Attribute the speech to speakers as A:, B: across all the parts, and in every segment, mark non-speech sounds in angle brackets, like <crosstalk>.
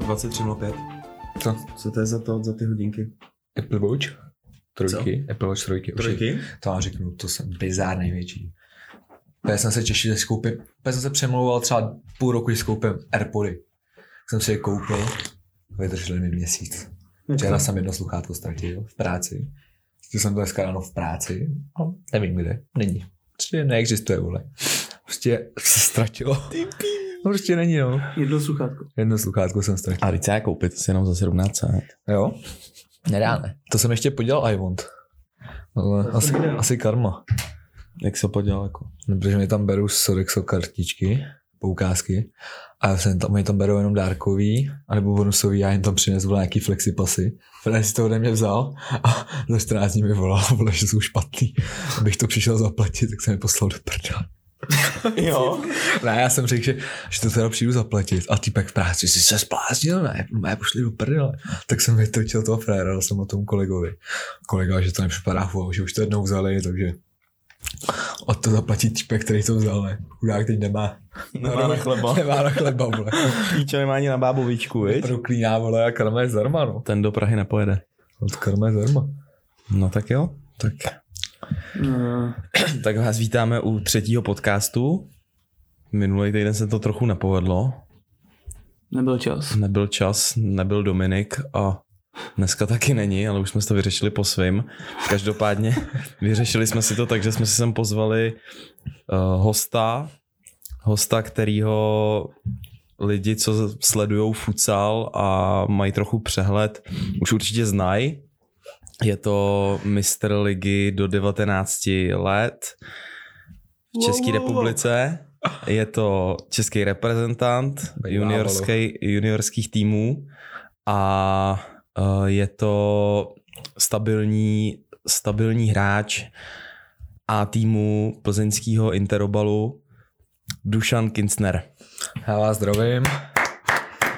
A: 23.05.
B: Co?
A: Co to je za to, za ty hodinky?
B: Apple Watch? Trojky? Co? Apple Watch trojky. už je-
A: Trojky?
B: To vám řeknu, to jsem bizár největší. Já jsem se těšil, že si koupím, já jsem se přemlouval třeba půl roku, že si koupím Airpody. Jsem si je koupil, vydrželi mi měsíc. Včera jsem jedno sluchátko ztratil v práci. Zjistil jsem to dneska ráno v práci. No, nevím kde, není. Prostě neexistuje, vole. Prostě se ztratilo. No, prostě není, no.
C: Jedno sluchátko.
B: Jedno sluchátko jsem ztratil.
D: A teď se já koupit si jenom za 17.
B: Jo?
D: Nedá, ne?
B: To jsem ještě podělal I want. Ale
C: To
B: asi,
C: jsem viděl.
B: asi karma.
D: Jak se podělal jako?
B: No, protože mi tam berou Sodexo kartičky, poukázky, a já jsem tam, oni tam berou jenom dárkový, anebo bonusový, já jim tam přinesu vole, nějaký flexipasy. Fred si to ode mě vzal a za 14 dní mi volal, vole, že jsou špatný. Abych to přišel zaplatit, tak jsem mi poslal do prdele.
D: Jo.
B: Ne, já jsem řekl, že, že to teda přijdu zaplatit a týpek v práci si se spláznil, ne, mé pošli do prdele. Tak jsem vytočil toho fréra, dal jsem o tom kolegovi. Kolega, že to nepřipadá, wow, že už to jednou vzali, takže a to zaplatí týpek, který to vzal, ne. Chudák teď nemá.
D: Nemá na chleba.
B: Nemá na chleba, vole.
D: Píčo nemá ani na bábovičku, <laughs> viď?
B: Proklíná, vole, a karma je zdarma, no.
D: Ten do Prahy nepojede.
B: Od karma je zdarma.
D: No tak jo. Tak.
C: No,
D: tak vás vítáme u třetího podcastu. Minulý týden se to trochu nepovedlo.
C: nebyl čas.
D: Nebyl čas, nebyl Dominik a dneska taky není, ale už jsme si to vyřešili po svým. Každopádně <laughs> vyřešili jsme si to tak, že jsme si sem pozvali uh, hosta, hosta, kterýho lidi, co sledují futsal a mají trochu přehled, už určitě znají. Je to mistr ligy do 19 let v České republice. Je to český reprezentant
B: Bejvávalo.
D: juniorský, juniorských týmů a eh, je to stabilní, stabilní hráč a týmu plzeňského Interobalu Dušan Kincner.
B: Já vás zdravím.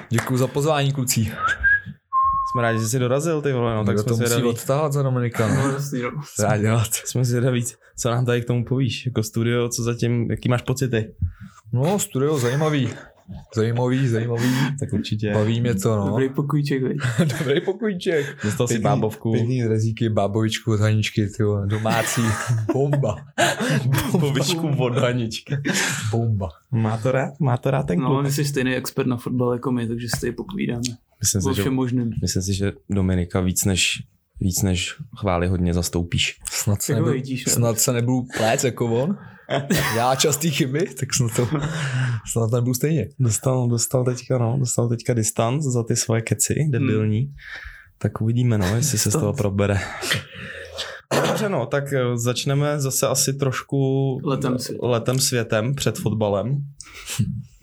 B: Děkuji za pozvání, kluci.
D: Jsme rádi, že jsi dorazil, ty vole, no, tak
B: Kdo
D: jsme
B: to musí
D: zvědaví,
B: odtáhat za Dominika. no.
C: jasný, no.
B: Co dá dělat?
D: jsme zvědaví, co nám tady k tomu povíš, jako studio, co zatím, jaký máš pocity.
B: No, studio zajímavý. Zajímavý, zajímavý.
D: Tak určitě.
B: Baví mě to, no.
C: Dobrý pokojíček, veď.
B: Dobrý pokojíček.
D: Dostal si
B: Pěkný-
D: bábovku.
B: Pěkný drezíky, bábovičku, haničky, ty
D: <laughs>
B: vole, domácí. Bomba.
D: Bábovičku od Haničky.
B: Bomba.
D: Má to rád, má to rád ten
C: No,
D: kluk.
C: my jsi stejný expert na fotbal jako my, takže si tady popovídáme.
D: Myslím
C: O
D: si, že,
C: všem možným.
D: myslím si, že Dominika víc než, víc než chvály hodně zastoupíš.
B: Snad se,
C: Tak ho
B: nebudu,
C: vidíš, jo.
B: snad se nebudu pléct jako on. Já častý chyby, tak snad to, snad to nebudu stejně.
D: Dostal, dostal teďka, no, dostal teďka distanc za ty svoje keci, debilní. Hmm. Tak uvidíme, no, jestli se z toho probere. Dobře, no, tak eh, začneme zase asi trošku
C: Letem svět.
D: letem světem před fotbalem.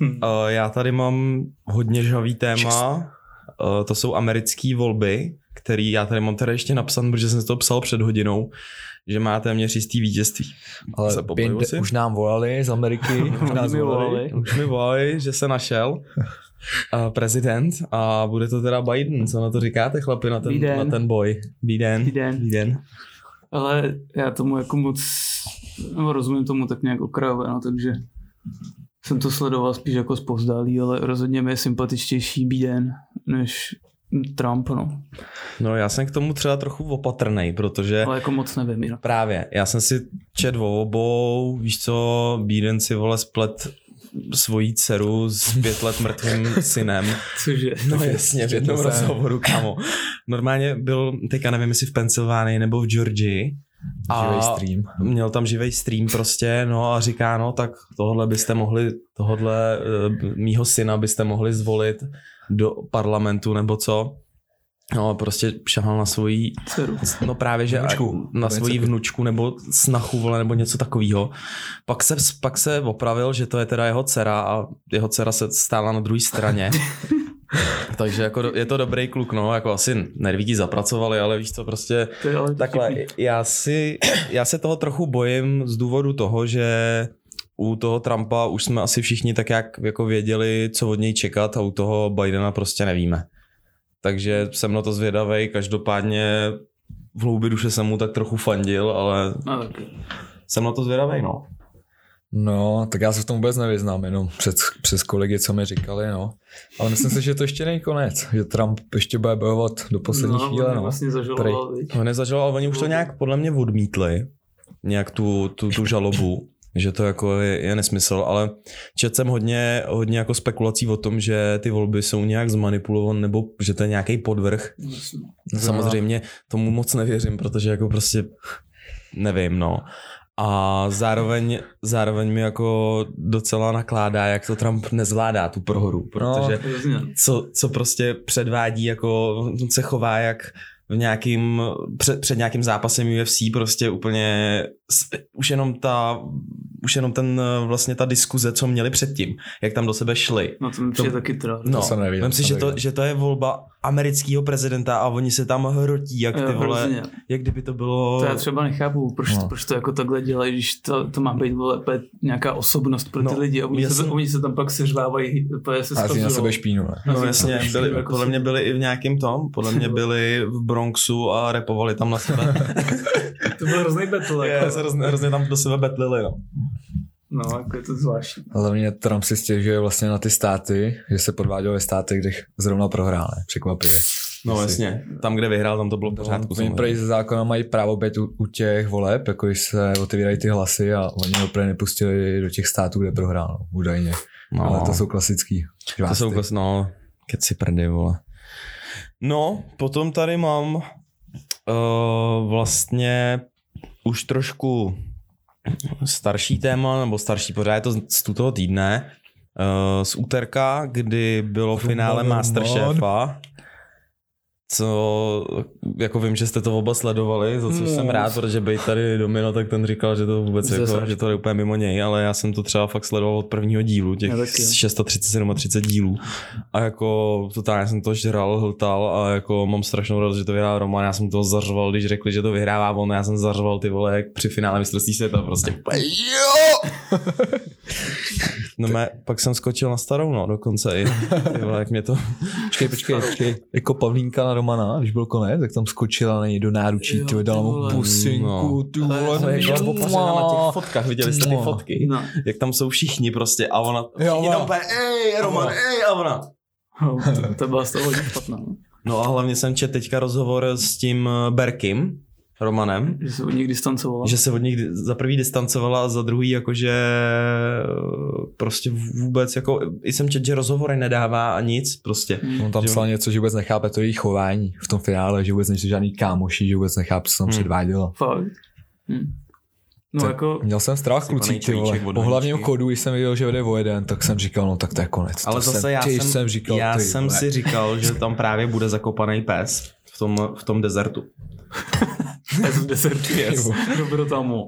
C: Hm.
D: Eh, Já tady mám hodně žavý téma. Eh, To jsou americké volby, který já tady mám tady ještě napsan, protože jsem si to psal před hodinou, že má téměř jistý vítězství.
B: Ale
D: Se pobavuju
B: pět,
D: si.
B: už nám volali z
C: <laughs>
B: Ameriky, už nás
C: Oni mi
B: volali.
C: volali.
D: Už mi volají, že se našel eh, prezident a bude to teda Biden. Co na to říkáte, chlapi, na ten,
C: Biden.
D: na ten boj? Biden.
C: Dobrý den.
D: Biden.
C: Ale já tomu jako moc, no, rozumím tomu tak nějak okrajově, no, takže jsem to sledoval spíš jako zpozdálý, ale rozhodně mi je sympatičtější Biden než Trump, no.
D: No já jsem k tomu třeba trochu opatrnej, protože
C: Ale jako moc nevím, no.
D: právě já jsem si čet o obou, víš co, Biden si vole splet svojí dceru s pět let mrtvým synem.
C: Cože?
D: No jasně, v jednom
B: Četl jsem.
D: rozhovoru, kamo. Normálně byl, teďka nevím, jestli v Pensylvánii nebo v Georgii.
B: Živej
D: A
B: stream.
D: měl tam živý stream prostě, no a říká, no tak tohle byste mohli, tohle uh, mýho syna byste mohli zvolit do parlamentu nebo co. No a prostě šahal na svoji,
C: Dceru.
D: no právě že
B: Vnučku.
D: na svoji
B: Vnučku.
D: vnučku nebo snachu vole nebo něco takového. Pak se, pak se opravil, že to je teda jeho dcera a jeho dcera se stála na druhé straně. Takže jako do- je to dobrý kluk, no, jako asi nervíky zapracovali, ale víš co, prostě
C: To je ale
D: Takhle,
C: vtipný.
D: já, si, já se toho trochu bojím z důvodu toho, že u toho Trumpa už jsme asi všichni tak jak jako věděli, co od něj čekat a u toho Bidena prostě nevíme. Takže jsem na to zvědavej, každopádně v hloubi duše jsem mu tak trochu fandil, ale
C: No, tak.
D: jsem na to zvědavej, no.
B: No, tak já se v tom vůbec nevyznám, jenom přes, přes kolegy, co mi říkali, no. Ale myslím si, že to ještě není konec, že Trump ještě bude bojovat do poslední
C: no,
B: chvíle,
C: on
B: no.
C: vlastně zažaloval, viď?
D: On No, nezažil, ale oni už to nějak podle mě odmítli, nějak tu, tu, tu žalobu, <laughs> že to jako je, je nesmysl, ale četl jsem hodně, hodně jako spekulací o tom, že ty volby jsou nějak zmanipulované, nebo že to je nějaký podvrh.
C: Jasně.
B: No.
D: Samozřejmě tomu moc nevěřím, protože jako prostě nevím, no. A zároveň, zároveň mi jako docela nakládá, jak to Trump nezvládá tu prohru, protože
C: Hrozně.
D: co, co prostě předvádí, jako se chová jak v nějakým, před, před nějakým zápasem UFC prostě úplně s- už jenom ta už jenom ten eh, vlastně ta diskuze, co měli předtím, jak tam do sebe šli.
C: No to mi přijde
D: To-
C: taky trá.
D: No,
B: jsem neviděl,
D: vem si,
B: to
D: že to,
B: neviděl.
D: že to je volba amerického prezidenta a oni se tam hrotí, jak ty
C: Jo,
D: vole,
C: hrozně.
D: jak kdyby to bylo...
C: To já třeba nechápu, proč,
B: No.
C: no. proč to jako takhle dělají, když to, to má být vole, úplně nějaká osobnost pro ty
D: No,
C: no, lidi a oni, se,
D: jasně.
C: oni se tam pak seřvávají, úplně se
B: Hází na
C: skazujou.
B: sebe špínu, ne?
D: No
C: Hází na
D: jasně,
C: sebe <laughs> špínu,
D: byli,
C: jako
D: podle
C: se-
D: mě byli i v nějakým tom, podle mě byli v Bronxu a repovali tam na sebe.
C: To byl hrozný battle.
D: Je,
C: Jako.
D: se hrozně, hrozně tam do sebe betlili, no.
C: No, jako je to zvláštní.
B: Hlavně Trump si stěžuje vlastně na ty státy, že se podváděl ve státech, kde zrovna prohrál, ne? Překvapivě.
D: No
B: Jestli- No,
D: jasně, tam, kde vyhrál, tam to bylo v pořádku.
B: Oni
D: samozřejmě.
B: prej ze zákona mají právo být u, u, těch voleb, jako když se otevírají ty hlasy a oni ho prej nepustili do těch států, kde prohrál, no, údajně.
D: No,
B: Ale to jsou klasický
D: to
B: žvásty.
D: jsou klas, no, keci prdy, vole. No, potom tady mám uh, vlastně už trošku starší téma, nebo starší pořád, je to z- z tuto týdne, uh, z úterka, kdy bylo finále
B: Rumble
D: Masterchefa, co jako vím, že jste to oba sledovali, za což
C: No.
D: jsem rád, protože být tady Domino, tak ten říkal, že to vůbec
C: Ze
D: jako,
C: sračky.
D: že to je úplně mimo něj, ale já jsem to třeba fakt sledoval od prvního dílu, těch
C: Já taky.
D: 637 a 30 dílů. A jako totálně jsem to žral, hltal a jako mám strašnou radost, že to vyhrál Roman. Já jsem to zařval, když řekli, že to vyhrává on, já jsem zařval ty vole jak při finále mistrovství světa prostě. úplně, Jo! No mé, pak jsem skočil na starou, no dokonce i. Ty vole, jak mě to...
B: Počkej, počkej, počkej. Jako Pavlínka na Romana, když byl konec, tak tam skočila na něj do náručí,
C: Jo,
B: ty vole, dala
C: ty
B: mu
C: vole.
D: No.
B: pusinku, ty
C: Ale já
B: vole, jako
C: jsem
B: jak
C: viděl
B: byla
C: poprvé
B: poprvé
D: na těch fotkách, viděli jste ty
B: Mua.
D: fotky?
C: No.
D: Jak tam jsou všichni prostě a ona...
B: Jo,
D: Jenom
B: ona.
D: úplně, ej, Roman, ej, a ona... <laughs>
C: No, to, to byla z toho hodně špatná. no.
D: No a hlavně jsem četl teďka rozhovor s tím eh, Berkim, Romanem,
C: Že se od nich distancovala.
D: že se od nich za prvý distancovala a za druhý jakože eh, prostě vůbec jako, i jsem četl, že rozhovory nedává a nic prostě.
B: On tam
D: Že-
B: psal něco, že vůbec nechápe to její chování v tom finále, že vůbec nejsou žádný kámoši, že vůbec nechápe, co tam
D: Hmm.
B: předváděla.
C: Fakt. Hm. No
B: To-
C: jako,
B: Měl jsem strach,
D: Sypanej
B: kluci, ty vole.
D: čajíček od
B: Po hlavním
D: Haničky.
B: chodu, když jsem viděl, že jede o jeden, tak jsem říkal, no tak to je konec.
D: Ale
B: to
D: zase
B: jsem,
D: já
B: ty
D: jsem-
B: jsem říkal,
D: Já
B: ty
D: jsem
B: vole.
D: si říkal, že tam právě bude zakopaný pes v tom, v tom dezertu.
C: pes v desertu.
D: Yes.
C: Dobro tamu.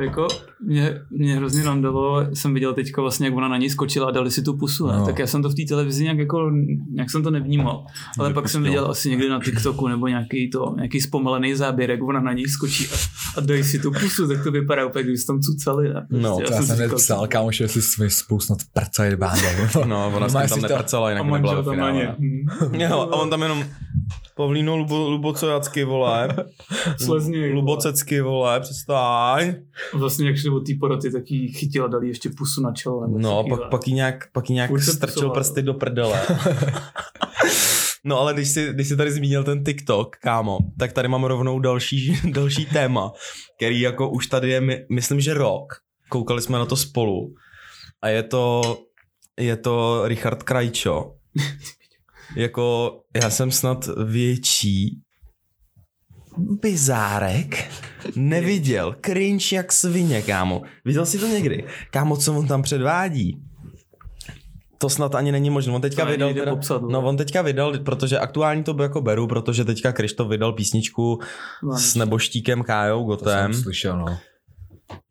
C: Jako, mě, mě hrozně randalo, jsem viděl teďka vlastně, jak ona na něj skočila a dali si tu pusu, ne?
B: No.
C: No. Tak já jsem to v té televizi nějak jako, nějak jsem to nevnímal. Ale
D: prostě
C: pak jsem viděl asi někdy na TikToku nebo nějaký to, nějaký zpomalený záběr, jak ona na něj skočí a, a dají si tu pusu, tak to vypadá úplně, kdyby se tam cucali. Ne?
D: No,
C: Prostě
B: To já
C: si
B: jsem
C: říkal,
B: nepsal, kámoši, jestli jsme spolu snad prcaj bándal.
D: <laughs> No, ona
B: No,
D: s tím
B: máš
D: tam
B: si to-
D: neprcela,
C: A
D: jinak nebyla
C: manžel
D: ve
C: tam na Hmm. ně.
D: finále. <laughs> Jo, a on tam jenom Pavlíno Lubo, Lubocojacky, vole.
C: <laughs> Slezně.
D: Lubocecky, vole, přestaň.
C: Vlastně, jak šli od té poroty, tak jí chytila, dali ještě pusu na čelo. Nebo
D: No,
C: taky,
D: pak,
C: ne?
D: pak jí nějak, pak jí nějak
C: Furt se
D: strčil
C: pusovala.
D: prsty do prdele. No ale když jsi, když jsi tady zmínil ten TikTok, kámo, tak tady mám rovnou další, <laughs> další téma, který jako už tady je, my- myslím, že rok. Koukali jsme na to spolu. A je to, je to Richard Krajčo. Jako, já jsem snad větší bizárek neviděl. Cringe jak svině, kámo. Viděl jsi to někdy? Kámo, co on tam předvádí? To snad ani není možné. On teďka
C: ani
D: vydal...
C: nejde popsat,
D: no, on teďka vydal, protože aktuální to jako beru, protože teďka Krištof vydal písničku s neboštíkem Kájou
B: <laughs> To
D: Gotem.
B: jsem slyšel, no.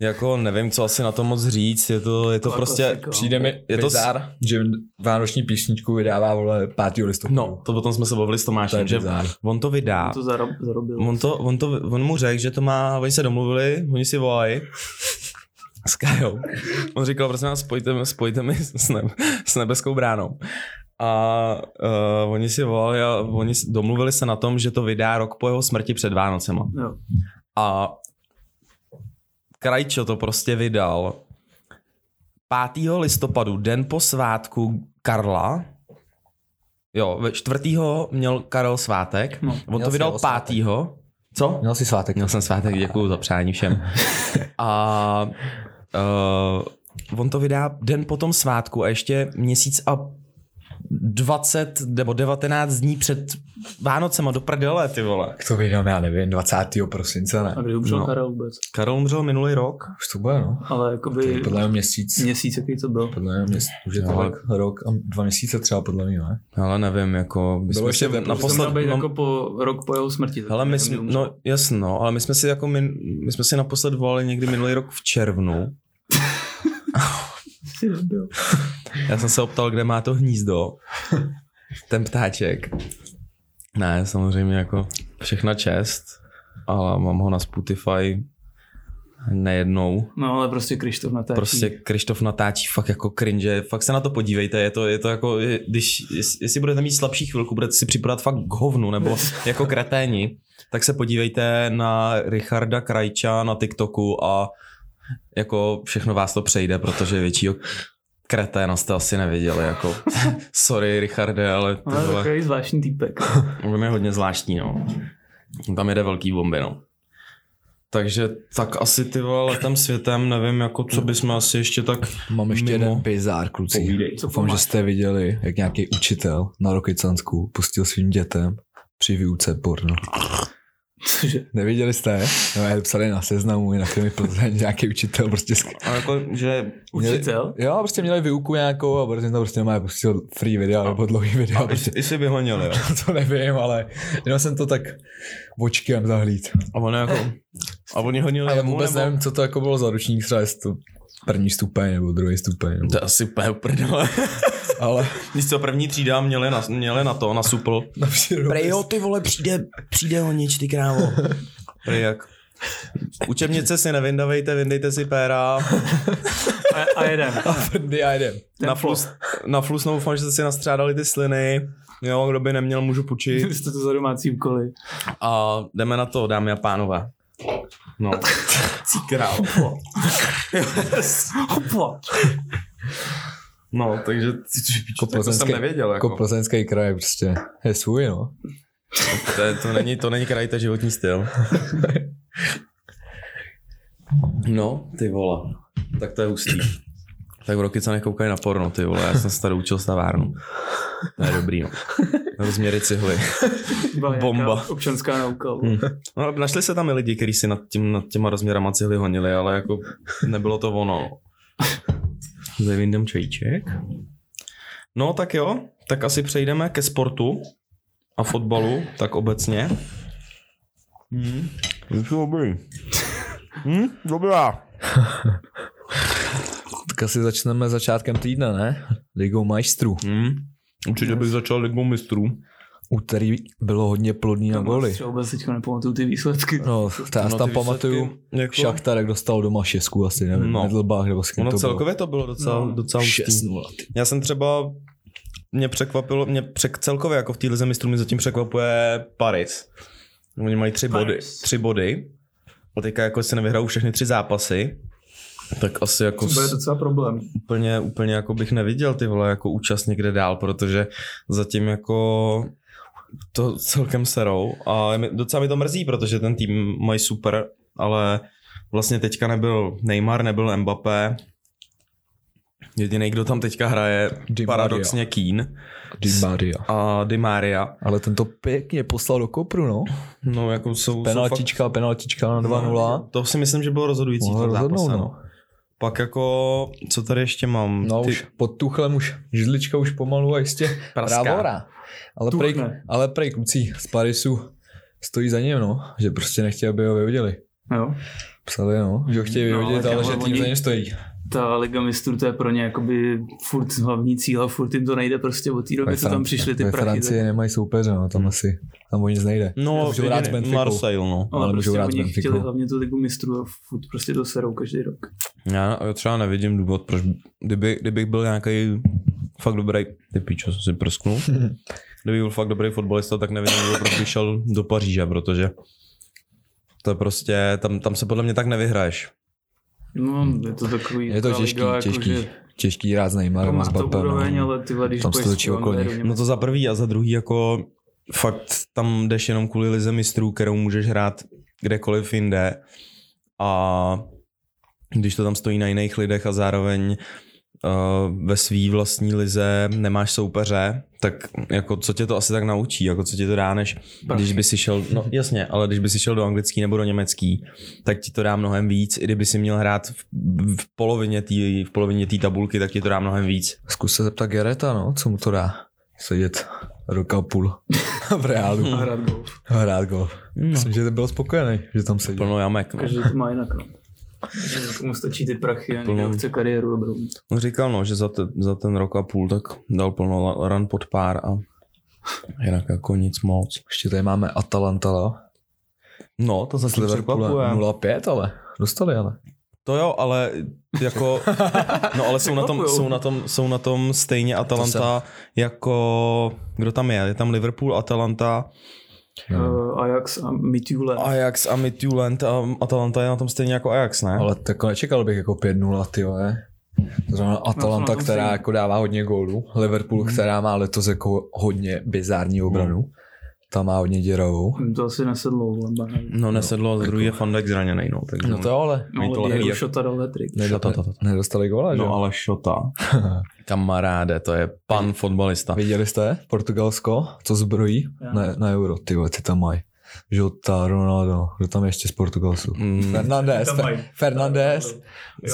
D: Jako nevím, co asi na to moc říct. Je to, je to
C: To je
D: prostě...
C: Jako klasika. no.
B: Přijde mi
D: Je
B: je
D: to
B: to
D: s-
B: bizar, že vánoční písničku vydává, vole, 5. listopadu.
D: No, to potom jsme se bavili s
B: to je
D: Tomášem, že
B: bizar.
D: on to vydá.
C: To zarob, zarobil.
D: On, to, on, to, on mu řekl, že to má, oni se domluvili, oni si volají s Kajou. On říkal, prosím vás, spojte, mi- spojte mi s, neb, s nebeskou bránou. A uh, oni si volali a oni s- domluvili se na tom, že to vydá rok po jeho smrti před Vánocema.
C: Jo.
D: A Krajčo to prostě vydal 5. listopadu, den po svátku Karla. Jo, ve 4. měl Karel svátek.
C: No.
D: No, On to
B: Měl jsi
D: vydal
B: jeho svátek. No.
D: 5. Co?
B: Měl jsi svátek.
D: Měl jsem svátek, děkuju za přání
B: <laughs>
D: všem. A uh, on to vydá den po tom svátku a ještě měsíc a 20 nebo 19 dní před Vánocema do prdele, ty vole.
B: Jak to vydám, já nevím, 20. prosince, ne?
C: A kdy umřel
D: No.
C: Karel vůbec?
D: Karel umřel minulý rok.
B: Už to bude, no.
C: Ale jakoby
B: Podle mě měsíc.
C: měsíc, jaký to byl.
B: Podle mě měsíc. Už je to
D: No, ale-
B: rok, rok a dva měsíce třeba, podle mě, ne?
D: Ale nevím, jako... My
B: Bylo
D: jsme
B: ještě
D: si
B: v-
C: Naposled, to měl být
D: no,
C: jako po rok po jeho smrti. tak
D: Hele, my
C: nevím,
D: jsme,
C: kdy umřel.
D: no jasno, ale my jsme si jako, my, my jsme si naposled volali někdy minulý rok v červnu.
C: Jsi debil.
D: Já jsem se optal, kde má to hnízdo. <laughs> Ten ptáček. Ne, samozřejmě jako všechna čest, ale mám ho na Spotify nejednou.
C: No ale prostě Krištof natáčí.
D: Prostě Krištof natáčí fakt jako cringe, fakt se na to podívejte, je to, je to jako, je- když, jest- jestli budete mít slabší chvilku, budete si připadat fakt k hovnu, nebo jako kreténi, tak se podívejte na Richarda Krajča na TikToku a jako všechno vás to přejde, protože většího kreténa jste asi neviděli, jako sorry Richarde, ale ty
C: Ale
D: vole,
C: takový
D: <laughs>
C: zvláštní týpek.
D: on je hodně zvláštní, no. Tam jede velký bomby, no. Takže tak asi ty vole letem světem, nevím, jako co bychom asi ještě tak
B: Mám ještě
D: Mimo.
B: jeden bizár, kluci.
C: Co
B: Doufám, že
C: pomáš?
B: jste viděli, jak nějaký učitel na Rokycansku pustil svým dětem při výuce porno.
C: <laughs> Cože?
B: Neviděli jste? No, já psali na seznamu, jinak mi Plzeň nějaký učitel prostě... sk-
D: A jako, že...
C: Učitel?
B: Jo, prostě měli výuku nějakou a prostě to prostě má pustil free video nebo dlouhý video. Prostě.
D: I si vyhonil, jo.
B: <laughs> To nevím, ale jenom jsem to tak očkem zahlíd.
D: A on jako... A oni honili
B: A já
D: jemu,
B: vůbec
D: nebo...
B: nevím, co to jako bylo za ročník, třeba jestli to první stupeň nebo druhý stupeň. Nebo...
D: To je asi úplně prdele.
B: <laughs> Ale
D: Nic co první třída měli na, měli na to, na supl.
B: na přírodu. <laughs>
D: ty vole, přijde, přijde honič, ty krávo. Prej jak. Učebnice si nevindavejte, vyndejte si péra.
C: A, a jeden.
D: <laughs>
B: Prdy a jdem.
D: Na flus, na flus no, doufám, že jste si nastřádali ty sliny. Jo, kdo by neměl, můžu
C: Vy
D: pučit.
C: jste to za domácí úkoly.
D: A jdeme na to, dámy a pánové. No. Cíkrál.
C: Hopo.
D: No, takže ty, ty,
B: Jako
D: to, to jsem
B: plzeňský-
D: nevěděl.
B: Jako
D: Jako.
B: plzeňský kraj prostě je svůj, no.
D: To, je- to, není, to není kraj, to je životní styl. No, ty vole. Tak to je hustý. Tak v roky co nekoukají na porno, ty vole. Já jsem se tady učil stavárnu. To je dobrý, no. Rozměry cihly. Bomba.
C: Občanská nauka.
D: No, našli se tam i lidi, kteří si nad, tím, nad těma rozměrama cihly honili, ale jako nebylo to
B: <laughs>
D: ono. Za Windem Čejček. No tak jo, tak asi přejdeme ke sportu a fotbalu, tak obecně. Hmm. Je to dobrý. Hmm, dobrá.
B: Tak asi začneme začátkem týdne, ne? Ligou majstrů.
D: Hmm. Určitě bych začal ligou mistrů.
B: Úterý bylo hodně plodný na
C: Bomba.
B: goly.
C: Třeba vůbec teďka nepamatuju ty výsledky.
B: No, to já si
D: No,
B: tam
D: ty výsledky,
B: pamatuju.
D: jako-
B: Šachtarek dostal doma šestku asi, nevím,
D: No.
B: no. Medlbách nebo s kým
D: Ono
B: to
D: celkově to bylo docela,
C: No,
D: docela
B: bylo.
D: hustý.
B: 6-0. ty.
D: Já jsem třeba, mě překvapilo, mě přek, celkově jako v téhle zemi mistrů mě zatím překvapuje Paris. Oni mají tři
C: Paris.
D: body, tři body. A teďka jako se nevyhrajou všechny tři zápasy, tak asi jako
C: To bude
D: s,
C: docela problém.
D: úplně, úplně jako bych neviděl ty vole jako účast někde dál, protože zatím jako to celkem serou a je mi- docela mi to mrzí, protože ten tým mají super, ale vlastně teďka nebyl Neymar, nebyl Mbappé, jediný, kdo tam teďka hraje,
B: Di Maria.
D: paradoxně Keane
B: Di Maria.
D: a Di Maria.
B: Ale ten to pěkně poslal do kopru, no.
D: No jako jsou, jsou fakt, No,
B: Penaltička, penaltička
C: No,
B: na 2-0.
D: to si myslím, že bylo rozhodující v
B: Mohla
D: tom zápase.
B: rozhodnout,
D: No.
B: no.
D: Pak jako, co tady ještě mám?
B: No už pod tuchlem už židlička už pomalu a jistě
D: Praská.
B: právora. Ale prej,
C: Tuchne.
B: ale prej kluci z Parisu stojí za ním, no. Že prostě nechtějí, aby ho vyhodili.
C: Jo.
B: Psali, no, že ho chtějí
C: No,
B: vyhodit,
C: tak
B: ale
C: ale
B: že tým
C: oni-
B: za ním stojí.
C: Ta Liga mistrů, to je pro ně jakoby furt hlavní cíl a furt jim to nejde prostě od té doby, co tam přišli ty
B: ve
C: prachy.
B: Francii
C: tak-
B: nemají soupeře, no, tam asi, tam o nic nejde.
D: no
B: Můžou hrát s
D: jediný-
B: Benficou.
D: Marseille, no.
C: Ale,
B: ale můžou
C: prostě
B: hrát
C: oni
B: s Benficou.
C: chtěli hlavně tu Ligu mistrů a furt prostě to serou každý rok.
D: Já, já třeba nevidím důvod, proč, kdyby, kdybych byl nějaký fakt dobrý, ty pičo, jsem si
B: <laughs>
D: prsknul, kdyby byl fakt dobrý fotbalista, tak nevidím důvod, proč bych šel do Paříže, protože to je prostě, tam, tam se podle mě tak nevyhraješ.
C: No, je to takový...
B: Je to
C: ta
B: těžký,
C: liga,
B: těžký.
C: Jako, že
B: Těžký rád s
C: to
B: Neymarem a
C: má
B: s
C: to
B: Mbappem.
C: úroveň,
B: no.
C: ale ty vady, když
B: Tam se
C: půjdeš
B: točí
C: do
B: okolo
C: Anglie,
B: nich.
C: do
D: No to za prvý a za druhý jako fakt tam jdeš jenom kvůli lize mistrů, kterou můžeš hrát kdekoliv jinde a když to tam stojí na jiných lidech a zároveň uh, ve svý vlastní lize nemáš soupeře, tak jako co tě to asi tak naučí, jako co ti to dá, než když by si šel, no jasně, ale když by si šel do anglický nebo do německý, tak ti to dá mnohem víc, i kdyby si měl hrát v, v polovině té v polovině té tabulky, tak ti to dá mnohem víc.
B: Zkus se zeptat Gereta, no, co mu to dá. Sedět roka a půl <laughs> v reálu.
C: A hrát golf.
B: A Hrát golf.
D: No.
B: Myslím, že byl spokojený, že tam sedí.
D: Plno jamek. No.
C: Každý to má jinak. No. Někomu stačí ty prachy a někdo
D: Plnou-
C: chce kariéru dobrou.
D: No říkal no, že za, te, za ten rok a půl tak dal plno la- ran pod pár a jinak jako nic moc.
B: Ještě tady máme Atalantala.
D: No, to
B: S
D: zase
B: Liverpoolem
D: překvapuje.
B: 0-5, ale dostali, ale.
D: To jo, ale jako, no ale jsou na, tom,
C: Překvapujou.
D: jsou, na tom, jsou na tom stejně Atalanta jako, kdo tam je? Je tam Liverpool, Atalanta,
B: No.
C: Uh, Ajax a Mitule.
D: Ajax a Midtjylland a Atalanta je na tom stejně jako Ajax, ne?
B: Ale tak nečekal bych jako 5-0, ty vole. To znamená Atalanta,
C: tom
B: která
C: stejně.
B: jako dává hodně gólů. Liverpool, která má letos jako hodně bizární obranu. Ta má hodně děravou.
C: Jim to asi nesedlo, Lamba, nevím.
D: No nesedlo, a za druhý je Van Dijk zraněný, no. Takže
B: No to jo, ale
C: No,
D: Mít to
C: ale Diego
D: lehký, jak-
C: Šota dal hat-trick.
D: Šota, to, to, to.
B: nedostali góla, že?
D: No
B: jo?
D: ale šota. Kamaráde, to je pan fotbalista.
B: Viděli jste Portugalsko, co zbrojí
C: Já.
B: na, na euro, ty vole, ty tam mají. Žota, Ronaldo, kdo tam je ještě z Portugalsu?
D: Mm.
B: Fernandez,
C: Tam mají.
B: Fer- Fernandez,
C: Jo,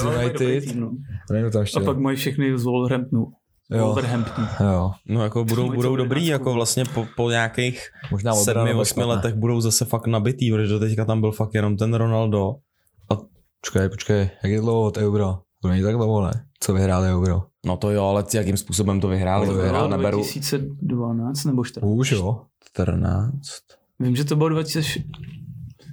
B: z
C: ale mají dobrý
B: United,
C: tým, no.
B: nevím, kdo tam ještě.
C: A pak mají všechny z Wolverhamptonu. Z
B: Prostě. Jo.
C: Wolverhamptonu.
B: Jo,
D: No jako budou,
C: mají
D: budou
C: celou
D: dobrý,
C: jedenáctku.
D: jako vlastně po, po nějakých
B: možná obrana
D: sedmi,
B: nebo
D: osmi
B: špatná.
D: letech budou zase fakt nabitý, protože do teďka tam byl fakt jenom ten Ronaldo.
B: Počkej, počkej, jak je dlouho od euro? To není tak dlouho, ne? Co vyhráli euro?
D: No to jo, ale ty, jakým způsobem to vyhráli?
B: To
D: To
B: vyhrál
D: vyhrál
C: Bylo
D: na Beru
C: 2012 nebo 14.
B: Už jo.
D: 14.
C: Vím, že to bylo 20...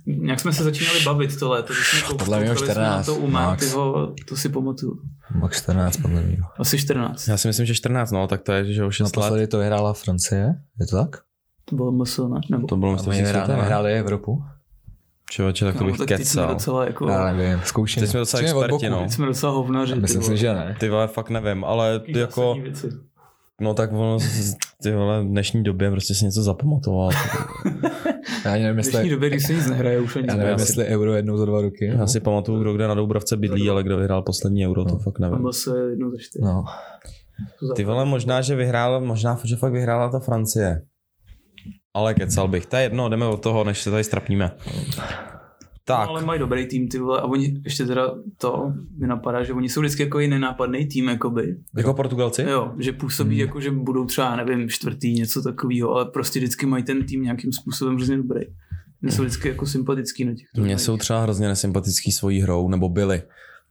C: Nějak jsme se začínali bavit to léto, když jsme
B: Podle mě
C: koukali jsme
B: 14,
C: na to umá,
B: max.
C: ty ho, to si pamatuju.
B: Max 14, podle mě.
C: Asi 14.
D: Já si myslím, že 14, no, tak to je, že jo, 6 let.
B: Naposledy to vyhrála Francie, je to tak?
C: To bylo MSL, ne? Nebo...
D: To bylo
B: A my
D: mistrovství
B: vyhráli,
D: světa, ne?
B: vyhráli Evropu?
D: Čověče, tak to
C: No,
D: bych
C: tak teď jsme
D: kecal.
C: docela jako...
B: Já nevím, zkouším.
D: Teď jsme docela
B: Přijeme od
D: experti,
B: boku.
D: no.
C: Teď jsme docela hovnaři. ty
B: Myslím
C: vole.
B: si, že ne.
D: Ty vole, fakt nevím, ale
C: Jaký
D: jako,
C: zásadní věci.
D: no tak ono, z- ty vole, v dnešní době prostě si něco zapamatoval.
B: Já ani nevím,
C: V dnešní
B: jestli,
C: době, když se nic nehraje, už ani
B: já nevím,
C: nic.
B: jestli euro jednou za dva roky. no.
D: Já si pamatuju, kdo kde na Doubravce bydlí, ale kdo vyhrál poslední euro, to fakt nevím.
C: MSL je jednou za čtyři.
B: No,
D: Ty vole, možná, že vyhrála, možná, že fakt vyhrála ta Francie. Ale kecal bych. To je jedno, jdeme od toho, než se tady strapníme. Tak,
C: No, ale mají dobrý tým, ty vole, a oni ještě teda to mi napadá, že oni jsou vždycky jako i nenápadný tým, jakoby.
D: jako Portugalci?
C: Jo, že působí jako, že budou třeba, nevím, čtvrtý, něco takového, ale prostě vždycky mají ten tým nějakým způsobem hrozně dobrý. Mě jsou vždycky jako sympatický na těch.
D: Mně
C: turnajích.
D: jsou třeba hrozně nesympatický svojí hrou, nebo byli.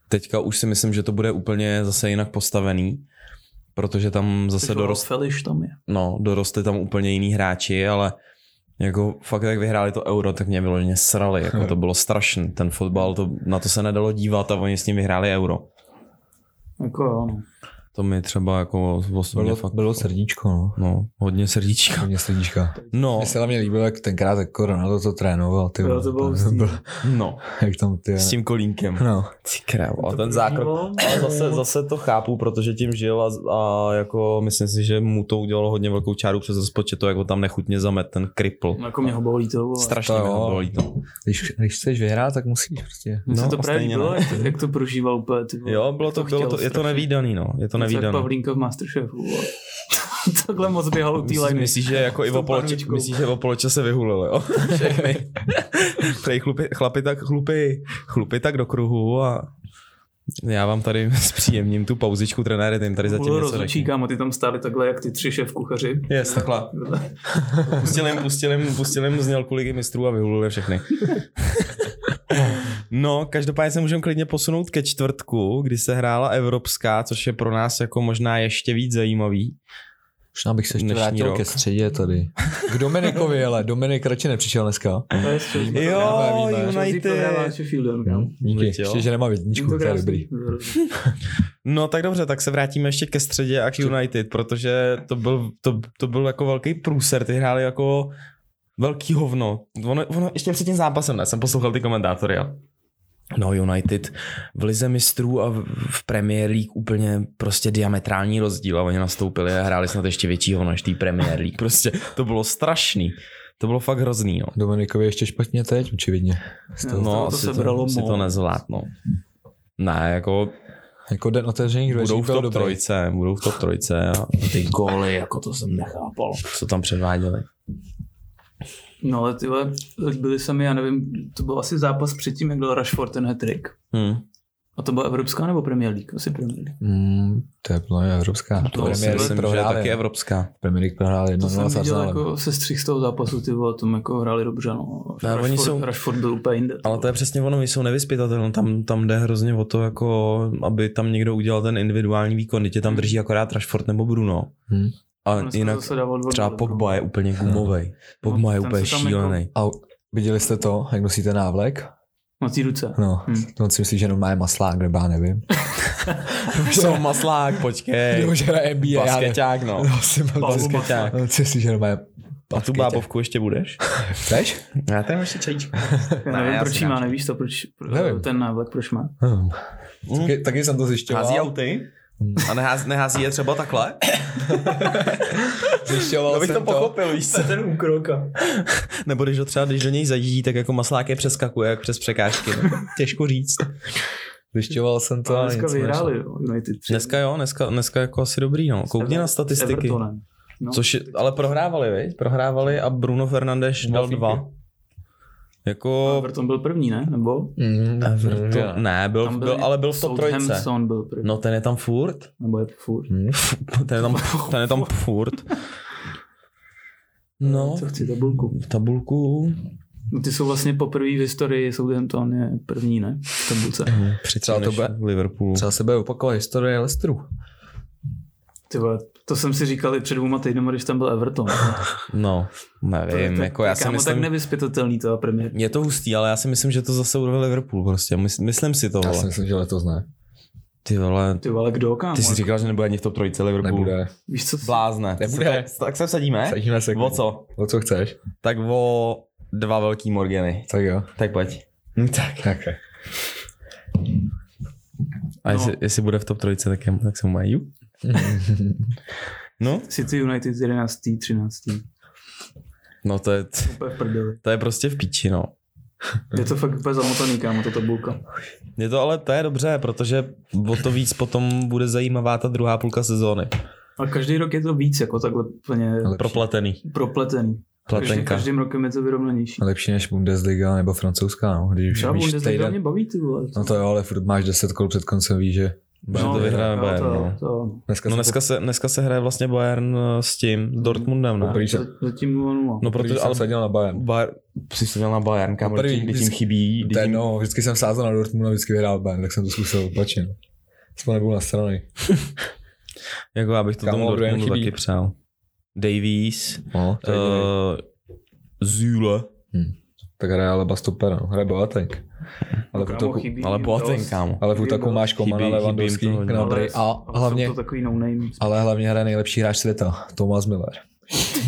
D: Teďka už si myslím, že to bude úplně zase jinak postavený, protože tam zase
C: Což
D: dorost,
C: Feliš tam je.
D: no, dorostli tam úplně jiný hráči, ale jako fakt jak vyhráli to euro, tak mě vyloženě srali, <laughs> jako to bylo strašný, ten fotbal, to, na to se nedalo dívat a oni s ním vyhráli euro.
C: Jako jo, no.
D: To mi třeba jako osobně
B: bylo,
D: fakt
B: bylo srdíčko, no.
D: No, hodně srdíčka.
B: Hodně srdíčka.
D: No,
B: Mně se hlavně líbilo, jak tenkrát jako Ronaldo to trénoval, ty
C: Jo,
B: vole,
C: to bylo
B: tam
C: hustý.
D: no,
B: jak tam ty,
D: s tím kolínkem.
B: no,
D: Ty krávo, a ten
C: To bylo
D: zákrok.
C: dílo.
D: Ale zase, zase to chápu, protože tím žil a, a jako myslím si, že mu to udělalo hodně velkou čáru přes rozpočet, to jako tam nechutně zamet ten kripl.
C: No, Jako mě ho bolí to, vole.
D: Strašně
B: To
D: mi
B: jo.
D: ho bolí to.
B: když, když chceš vyhrát, tak musíš prostě.
C: Mně se
D: No,
C: to
D: a
C: právě
D: stejně
C: líbilo,
D: ne.
C: jak, jak to prožíval úplně, ty vole.
D: Jo, bylo
C: Jak
D: to, bylo
C: chtěl
D: to, je to
C: strašně.
D: nevýdaný, no. Je to
C: Něco jak
D: nevýdaný.
C: Pavlínka v Masterchefu, vole. Takhle moc běhalo ty
D: Myslíš,
C: line.
D: myslíš, že jako
C: S
D: i
C: tou
D: Opolče,
C: barvičkou.
D: myslíš, že Opolče se vyhulil,
C: <laughs>
D: jo? Všechny. Prej chlupy, chlapi tak, chlupy, chlupy tak do kruhu a já vám tady <laughs> zpříjemním tu pauzičku, trenére, ten tady zatím
C: Bylo
D: něco
C: rozhodčí,
D: řekne.
C: kámo, ty tam stáli takhle, jak ty tři šéf kuchaři.
D: Yes, takhle. Pustil jim, pustil jim, pustil jim znělku ligy mistrů a vyhulil je všechny.
C: <laughs>
D: No, každopádně se můžeme klidně posunout ke čtvrtku, kdy se hrála evropská, což je pro nás jako možná ještě víc zajímavý.
B: Možná bych se ještě
D: Dnešní
B: vrátil
D: rok.
B: ke středě tady. K Dominikovi, ale Dominik radši nepřišel dneska.
C: To je střed-
D: Jo,
B: víme.
C: Prohrává
D: United.
C: Sheffieldem, kámo.
B: Díky,
D: Vždyť jo.
B: ještě, že nemá jedničku, to je dobrý.
D: No tak dobře, tak se vrátíme ještě ke středě a k United, protože to byl, to, to byl jako velký průser, ty hráli jako velký hovno. Ono, ono ještě před tím zápasem, ne, jsem poslouchal ty komentátory, jo. No United v lize mistrů a v- v Premier League úplně prostě diametrální rozdíl a oni nastoupili a hráli snad ještě většího než té Premier League. Prostě to bylo strašný. To bylo fakt hrozný, no.
B: Dominikovi ještě špatně teď, očividně. Z toho-
C: No, to
D: asi
C: sebralo
D: to, si to
C: moc.
D: nezvládnou. Ne, jako
B: Jako den otevřených dveří
D: budou v
B: byl
D: top
B: dobrý.
D: trojce, budou v top trojce a ty góly, jako to jsem nechápal, co tam předváděli.
C: No ale tyhle, byli sami, já nevím, to byl asi zápas předtím, jak dal Rashford ten hat-trick.
D: Hmm.
C: A to byla Evropská nebo Premier League? Asi Premier League.
B: Mm, to je byla evropská.
C: To
B: Premier
C: si
B: League
D: Myslím, že je
B: prohráli.
D: taky evropská.
B: Premier League prohrál
C: To
B: 1
C: jsem viděl jako se střih z toho zápasu, ty vole, tam jako hráli dobře, no.
D: Ne, oni
C: Rashford,
D: jsou-
C: Rashford byl úplně jinde.
D: Ale to je přesně ono, my jsou nevyspytatelné, tam, tam jde hrozně o to, jako, aby tam někdo udělal ten individuální výkon, teď tě tam drží akorát Rashford nebo Bruno.
B: Hmm.
D: A
C: Dneska
D: jinak
C: zase dával dva
D: třeba
C: góly,
D: Pogba je úplně gumovej. Pogba je
C: ten
D: úplně
C: se tam jako-
D: šílený.
C: <laughs>
B: A viděli jste to, jak nosíte návlek?
C: Na
D: <laughs>
C: té ruce.
B: No,
C: Hmm.
B: to si myslí, že normálně je maslák, nebo já nevím.
D: Jsou maslák, počkej.
B: Nebo že hraje NBA, já nevím.
D: Basketák, no.
B: No, jsem
C: Basketák.
B: basketák. No, si myslí, že normálně
D: A tu bábovku ještě budeš?
B: Chceš?
D: Já tam ještě čajíčko. Ne,
C: Já nevím,
D: já si
C: proč jí má, nevíš to, proč pro-
B: Nevím.
C: ten návlek, proč má.
B: Hmm. Taky, taky jsem to zjišťoval.
D: Hází auty? A nehází, nehází je třeba takhle?
B: Zjišťoval jsem to.
D: víš co? Ten úkroka. Nebo když, ho třeba, když do něj zajíždí, tak jako maslák je přeskakuje, jak přes překážky. No. Těžko říct.
B: Zjišťoval jsem to.
C: To
B: a
C: dneska
B: nic jsem
C: vyhráli, jo, United. tři-
D: Dneska jo, dneska, dneska jako asi dobrý, no. Koukni na
C: s
D: statistiky.
C: Evertonem. No.
D: Což, je- ale prohrávali, viď? Prohrávali a Bruno Fernandes dal
B: Mofíky.
D: dva. Jako...
C: Everton byl první, ne? Nebo?
B: Mm,
D: Everton, ne, byl,
C: Tam
D: byl, ale byl v top trojce.
C: Southampton byl první.
D: No ten je tam furt. <laughs>
C: Nebo je furt.
B: Mm.
D: Ten je tam, ten je tam furt. No,
C: Co chci tabulku?
D: v tabulku
C: No, ty jsou vlastně poprvé v historii Southampton je první, ne? V tabulce.
D: předtím
B: Třeba to
D: než
B: bude-
D: v Liverpoolu.
B: Třeba se bude opakovat historie Lestru.
C: Ty vole, to jsem si říkal i před dvouma týdnama, když tam byl Everton.
D: No, nevím,
C: to,
D: jako já si
C: kámo, tak
D: myslím,
C: nevyspytatelný to a premiér.
D: je to hustý, ale já si myslím, že to zase urve Liverpool prostě. Mys- Myslím si to,
B: Já si
D: vole.
B: myslím, že letos ne.
D: Ty vole,
C: Ty vole, kdo, kámo?
D: ty jsi říkal, že nebude ani v top trojice Liverpool.
B: Nebude.
C: Víš co? Blá.
D: Blázne.
B: Nebude.
D: Tak, tak se vsadíme?
B: Sadíme se.
D: O co?
B: O co chceš?
D: Tak o dva velký Morgany.
B: Tak jo.
D: Tak pojď.
B: Hm, Tak. Okay.
D: A
C: No.
D: jestli, jestli bude v top trojice, tak, je, tak se mu mají.
B: <laughs>
D: No,
C: City United 11. 13.
D: no to je,
C: Úplně v prdeli.
D: to je prostě v píči, no.
C: Je to fakt úplně zamotaný, kámo, ta tabulka.
D: Je to ale, to je dobře, protože o to víc potom bude zajímavá ta druhá půlka sezóny.
C: A každý rok je to víc, jako takhle úplně
B: Ale-
D: Propletený.
C: propletený. Každý,
D: Platenka.
C: každým rokem je to vyrovnanější.
B: Lepší než Bundesliga nebo francouzská, no. Když už
C: Třeba
B: víš
C: Bundesliga
B: týden.
C: mě baví, ty vole.
B: No to jo, ale furt máš 10 kol před koncem, víš, že...
D: že to
C: jo,
D: vyhraje
C: jo,
D: Bayern,
C: to-
D: no.
C: to-
B: Dneska
D: No
B: se
D: dneska se, dneska se hraje vlastně Bayern eh, s tím, s Dortmundem, ne?
B: Poprvé
C: to- Zatím 0-0.
D: No
B: Protože
D: protože,
B: jsem
D: ale
B: sadil na Bayern.
D: Bayern, jsi se měl na Bayern, kámo,
B: Poprvé
D: kdy tím, kdy tím
B: vždycky-
D: chybí, kdy
B: To je,
D: tím,
B: no, vždycky jsem sázel na Dortmund a vždycky vyhrál Bayern, tak jsem to zkusil opačně. No. Jsme nebyl na straně.
D: jako já bych to
B: Kámo,
D: tomu
B: kdo jim
D: Dortmundu
B: chybí?
D: taky přál. Davies,
B: No, tak, uh,
D: uh, Züle,
B: tak hraje Alaba stopera, no. hraje Boateng. Ale v útoku,
D: ale Boateng, kámo.
B: ale v útoku máš Komana,
D: Chybí- chybí jim
B: Lewandowski,
D: to hodně.
B: Gnabry a hlavně,
C: No, Jsou to takový no no-name.
B: ale hlavně hraje nejlepší hráč světa, Thomas Miller.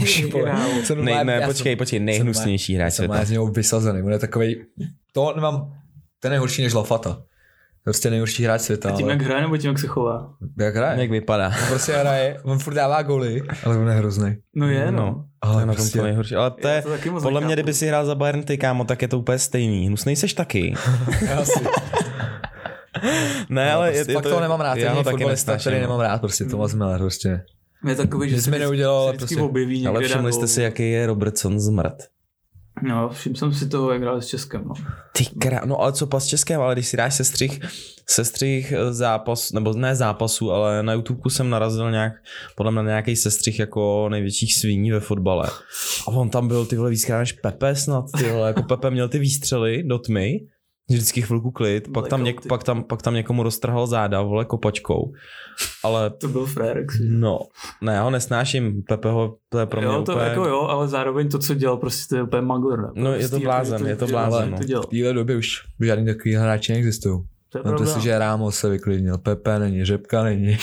B: Už, vole, jsem
D: Ne,
B: normálně-
D: ne,
B: já
D: počkej, počkej, nejhnusnější hráč
B: jsem, jsem
D: světa.
B: má z něho vysazený, on je takovej, to nemám, ten je horší než Lafata. Prostě nejhorší hráč světa,
C: A tím,
B: ale
C: jak hraje, nebo tím, jak se chová?
B: jak hraje?
D: Jak vypadá?
B: On prostě hraje, on furt dává goly, ale on je hrozný.
C: No je,
D: No.
C: no.
D: To
B: Ale prostě-
D: je na tom to nejhorší, ale to
C: Já
D: je,
C: to taky moc
D: podle mě,
C: nechápu.
D: kdyby si hrál za Bayern ty kámo, tak je to úplně stejný. Hnusnej seš taky.
B: Asi.
D: Ne, ale je,
B: prostě
D: je
B: fakt toho nemám rád,
D: já
B: já
D: ho
B: ho
D: taky no.
B: fotbalista,
D: nesnáším.
B: který nemám rád, prostě Tomas Miller, prostě.
C: Je takový, že
B: Nic mi
C: vždycky-
B: neudělal,
C: se
B: ale
C: vždycky
B: prostě-
C: objeví někde.
D: Ale
C: dá
D: všimli jste
C: gol.
D: si, jaký je Robertson zmrt.
C: No, všiml jsem si toho, jak hrál s Českem. No.
D: Ty krá... No ale co pas s Českem, ale když si dáš sestřih, sestřih eh, zápas, nebo ne zápasu, ale na YouTube jsem narazil nějak, podle mě na nějaký sestřih jako největších sviní ve fotbale. A on tam byl ty vole víckrát než Pepe snad, ty vole, jako Pepe měl ty výstřely do tmy, vždycky chvilku klid, pak tam, něk,
C: Blackout, ty.
D: pak, tam, pak tam někomu roztrhal záda, vole, kopačkou. Ale
C: To byl frajer, jak si
D: no, ne, já ho nesnáším, Pepeho, to je pro mě
C: jo, to
D: úplně...
C: jako jo, ale zároveň to, co dělal, prostě to je úplně magor. Ne?
D: No, je to
C: Prostě
D: blázen, je to blázen,
C: dělal,
D: no.
C: To, dělal.
B: V téhle době už žádný takový hráči neexistují.
C: to je
B: No to
C: pravda.
B: si, že Rámos se vyklidnil, Pepe není, <laughs> Řepka není.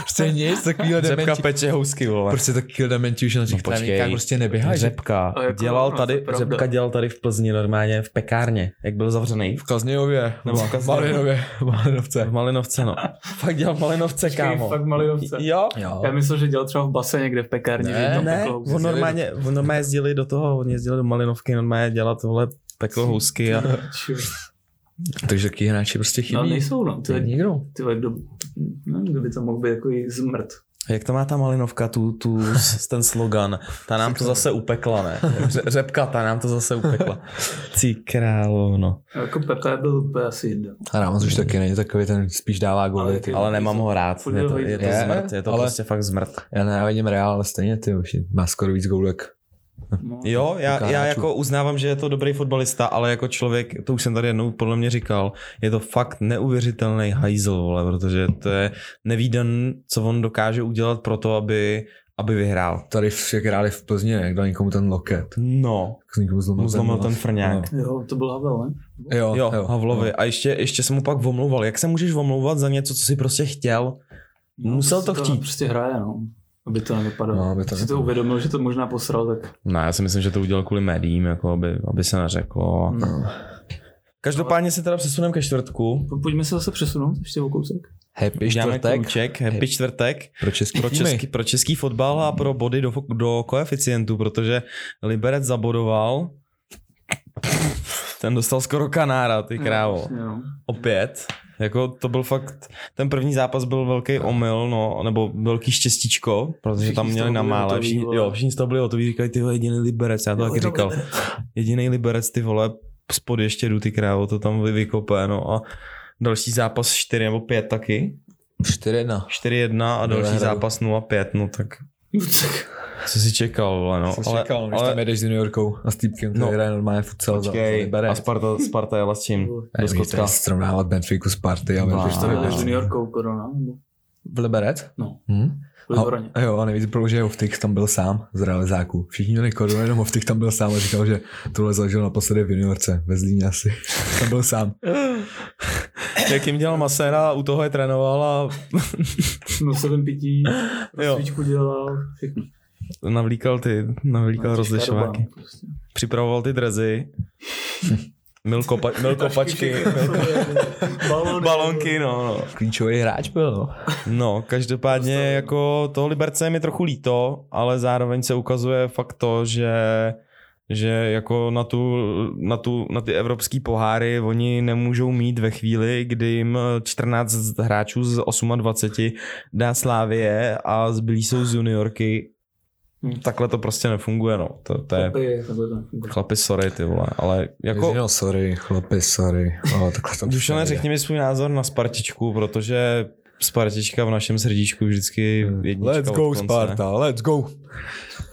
E: Prostě nic, takovýho
D: Řepka
E: dementi.
D: peče housky, vole.
E: Prostě takovýho dementi už na těch
D: počkej.
E: tréninkách prostě neběhají. že?
D: Řepka
C: A jako
D: dělal
C: ono, to
D: tady,
C: je pravda.
D: Řepka dělal tady v Plzni normálně v pekárně, jak byl zavřený.
E: V Kaznějově.
D: Nebo No, v Kaznějově.
E: Malinově. Malinovce.
D: V Malinovce, no. <laughs> Fakt dělal v Malinovce, kámo.
C: Fakt malinovce.
D: Jo,
B: Jo.
C: Já myslel, že dělal třeba v base někde v pekárně.
E: Ne,
C: že tam
D: ne,
C: peklo housky.
D: on normálně, on normálně jezdili do toho, on jezdili do Malinovky, normálně dělat tohle peklo housky a
C: Čiu.
E: Takže taky hráči prostě
C: Ale
E: chybí.
C: nejsou, no. Ty,
E: Nikdo.
C: ty vole, kdo, nevím, kdo by to mohl být jako i zmrt.
D: jak to má ta Malinovka, tu, tu, s- ten slogan, ta nám to zase upekla, ne? Ře- Řepka, ta nám to zase upekla. Cí královno.
C: A Jako Pepe byl úplně asi jedno.
B: A Ramos už taky není takový, ten spíš dává
C: Ale
B: góly.
C: ty-
B: Ty.
D: Ale nemám ho rád, je to, je to
B: Je,
D: zmrt, je to
B: ale-
D: prostě fakt zmrt.
B: Já nenávidím Real, ale stejně ty už má skoro víc gólů jak
C: No.
D: Jo, já, já
B: Lukáčů.
D: jako uznávám, že je to dobrý fotbalista, ale jako člověk, to už jsem tady jednou podle mě říkal, je to fakt neuvěřitelný hajzl, vole, protože to je nevýdan, co on dokáže udělat pro to, aby, aby vyhrál.
B: Tady v, jak hráli v Plzně, jak dal někomu ten loket.
D: No,
B: Tak někomu zlomil,
D: mu zlomil
B: nos.
D: ten frňák.
C: Jo, to byl Havel, ne?
B: No. Jo,
D: Jo,
B: jo,
D: Oh, jo Havlovi. A ještě, ještě se mu pak omlouval. Jak se můžeš omlouvat za něco, co si prostě chtěl? Musel to
C: prostě
D: chtít.
C: Prostě hraje, no. Aby to nevypadalo.
B: No,
C: No,
B: aby to
C: si to
B: nevypadalo.
C: uvědomil, že to možná posral, tak...
D: No, já si myslím, že to udělal kvůli médiím, jako aby, aby se neřeklo.
C: No.
D: Každopádně se teda přesuneme ke čtvrtku.
C: Pojďme se zase přesunout, ještě o kousek.
B: Happy
D: Děláme
B: čtvrtek
D: kruček, happy
B: Happy.
D: čtvrtek.
B: pro český
D: pro
B: týmy.
D: český, pro český fotbal a pro body do, do koeficientů, protože Liberec zabodoval. Ten dostal skoro kanára, ty krávo.
C: Vlastně, no.
D: Opět. Jako to byl fakt, ten první zápas byl velký omyl, no, nebo velký štěstíčko, protože
C: Všichni
D: tam
C: z
D: měli
C: toho
D: na
C: byli
D: mále.
C: hotoví,
D: Všichni,
C: vole.
D: jo, všichni z toho byli hotoví, říkali, ty vole, jediný Liberec, já to taky
C: No,
D: říkal. Jediný Liberec, ty vole, spod ještě jdu, ty krávo, to tam vy- vykopé, no a další zápas 4 nebo 5 taky.
B: 4-1.
D: 4-1 a další
B: Velehradu.
D: zápas 0-5, no tak
C: No, tak-
D: co jsi čekal, vole, no.
B: Co ale, čekal, když tam jedeš s juniorkou a s týpkem, který
D: No.
B: no, hraje normálně futsal za
D: počkej,
B: Liberec.
D: a Sparta, Sparta jela s čím? Do
B: Nemůžeš
D: Skocka.
B: tady srovnávat Benfiku s Party a
D: Bá.
B: Benfiku
C: To je
D: Hm. no.
C: s juniorkou korona, nebo
B: v Liberec?
C: No.
B: Hm?
C: v Liboraně.
B: A, jo, a nejvíc bylo, že Hovtych tam byl sám z realizáku. Všichni měli korunu, jenom Hovtych tam byl sám a říkal, že tohle zažil naposledy v juniorce, ve Zlíně asi. <laughs> Tam byl sám.
D: Jak jim dělal maséra, u toho je trénoval a
C: No sedm pití,
D: Jo.
C: svíčku dělal, všechno.
D: navlíkal ty, navlíkal
C: Těžká doba,
D: rozlišováky.
C: no, prostě.
D: Připravoval ty drezy. Mil, kopa, mil kopačky.
C: Balony.
D: Balonky, no, no.
B: Klíčový hráč byl, no.
D: No, každopádně jako toho Liberce je mi trochu líto, ale zároveň se ukazuje fakt to, že že jako na, tu, na, tu, na ty evropský poháry oni nemůžou mít ve chvíli, kdy jim 14 z- hráčů z 28 dá Slávie a zbylí jsou z juniorky.
C: Hmm.
D: Takhle to prostě nefunguje, no. To, to je
C: Chlapy, nebo tak.
D: chlapi, sorry, ty vole, ale jako...
B: Jako... No, sorry, chlapi, sorry. O, takhle to
D: Dušane,
B: přijde.
D: řekni mi svůj názor na Spartičku, protože Spartička v našem srdíčku vždycky jednička
B: Let's
D: od
B: go,
D: konce.
B: Sparta, let's go.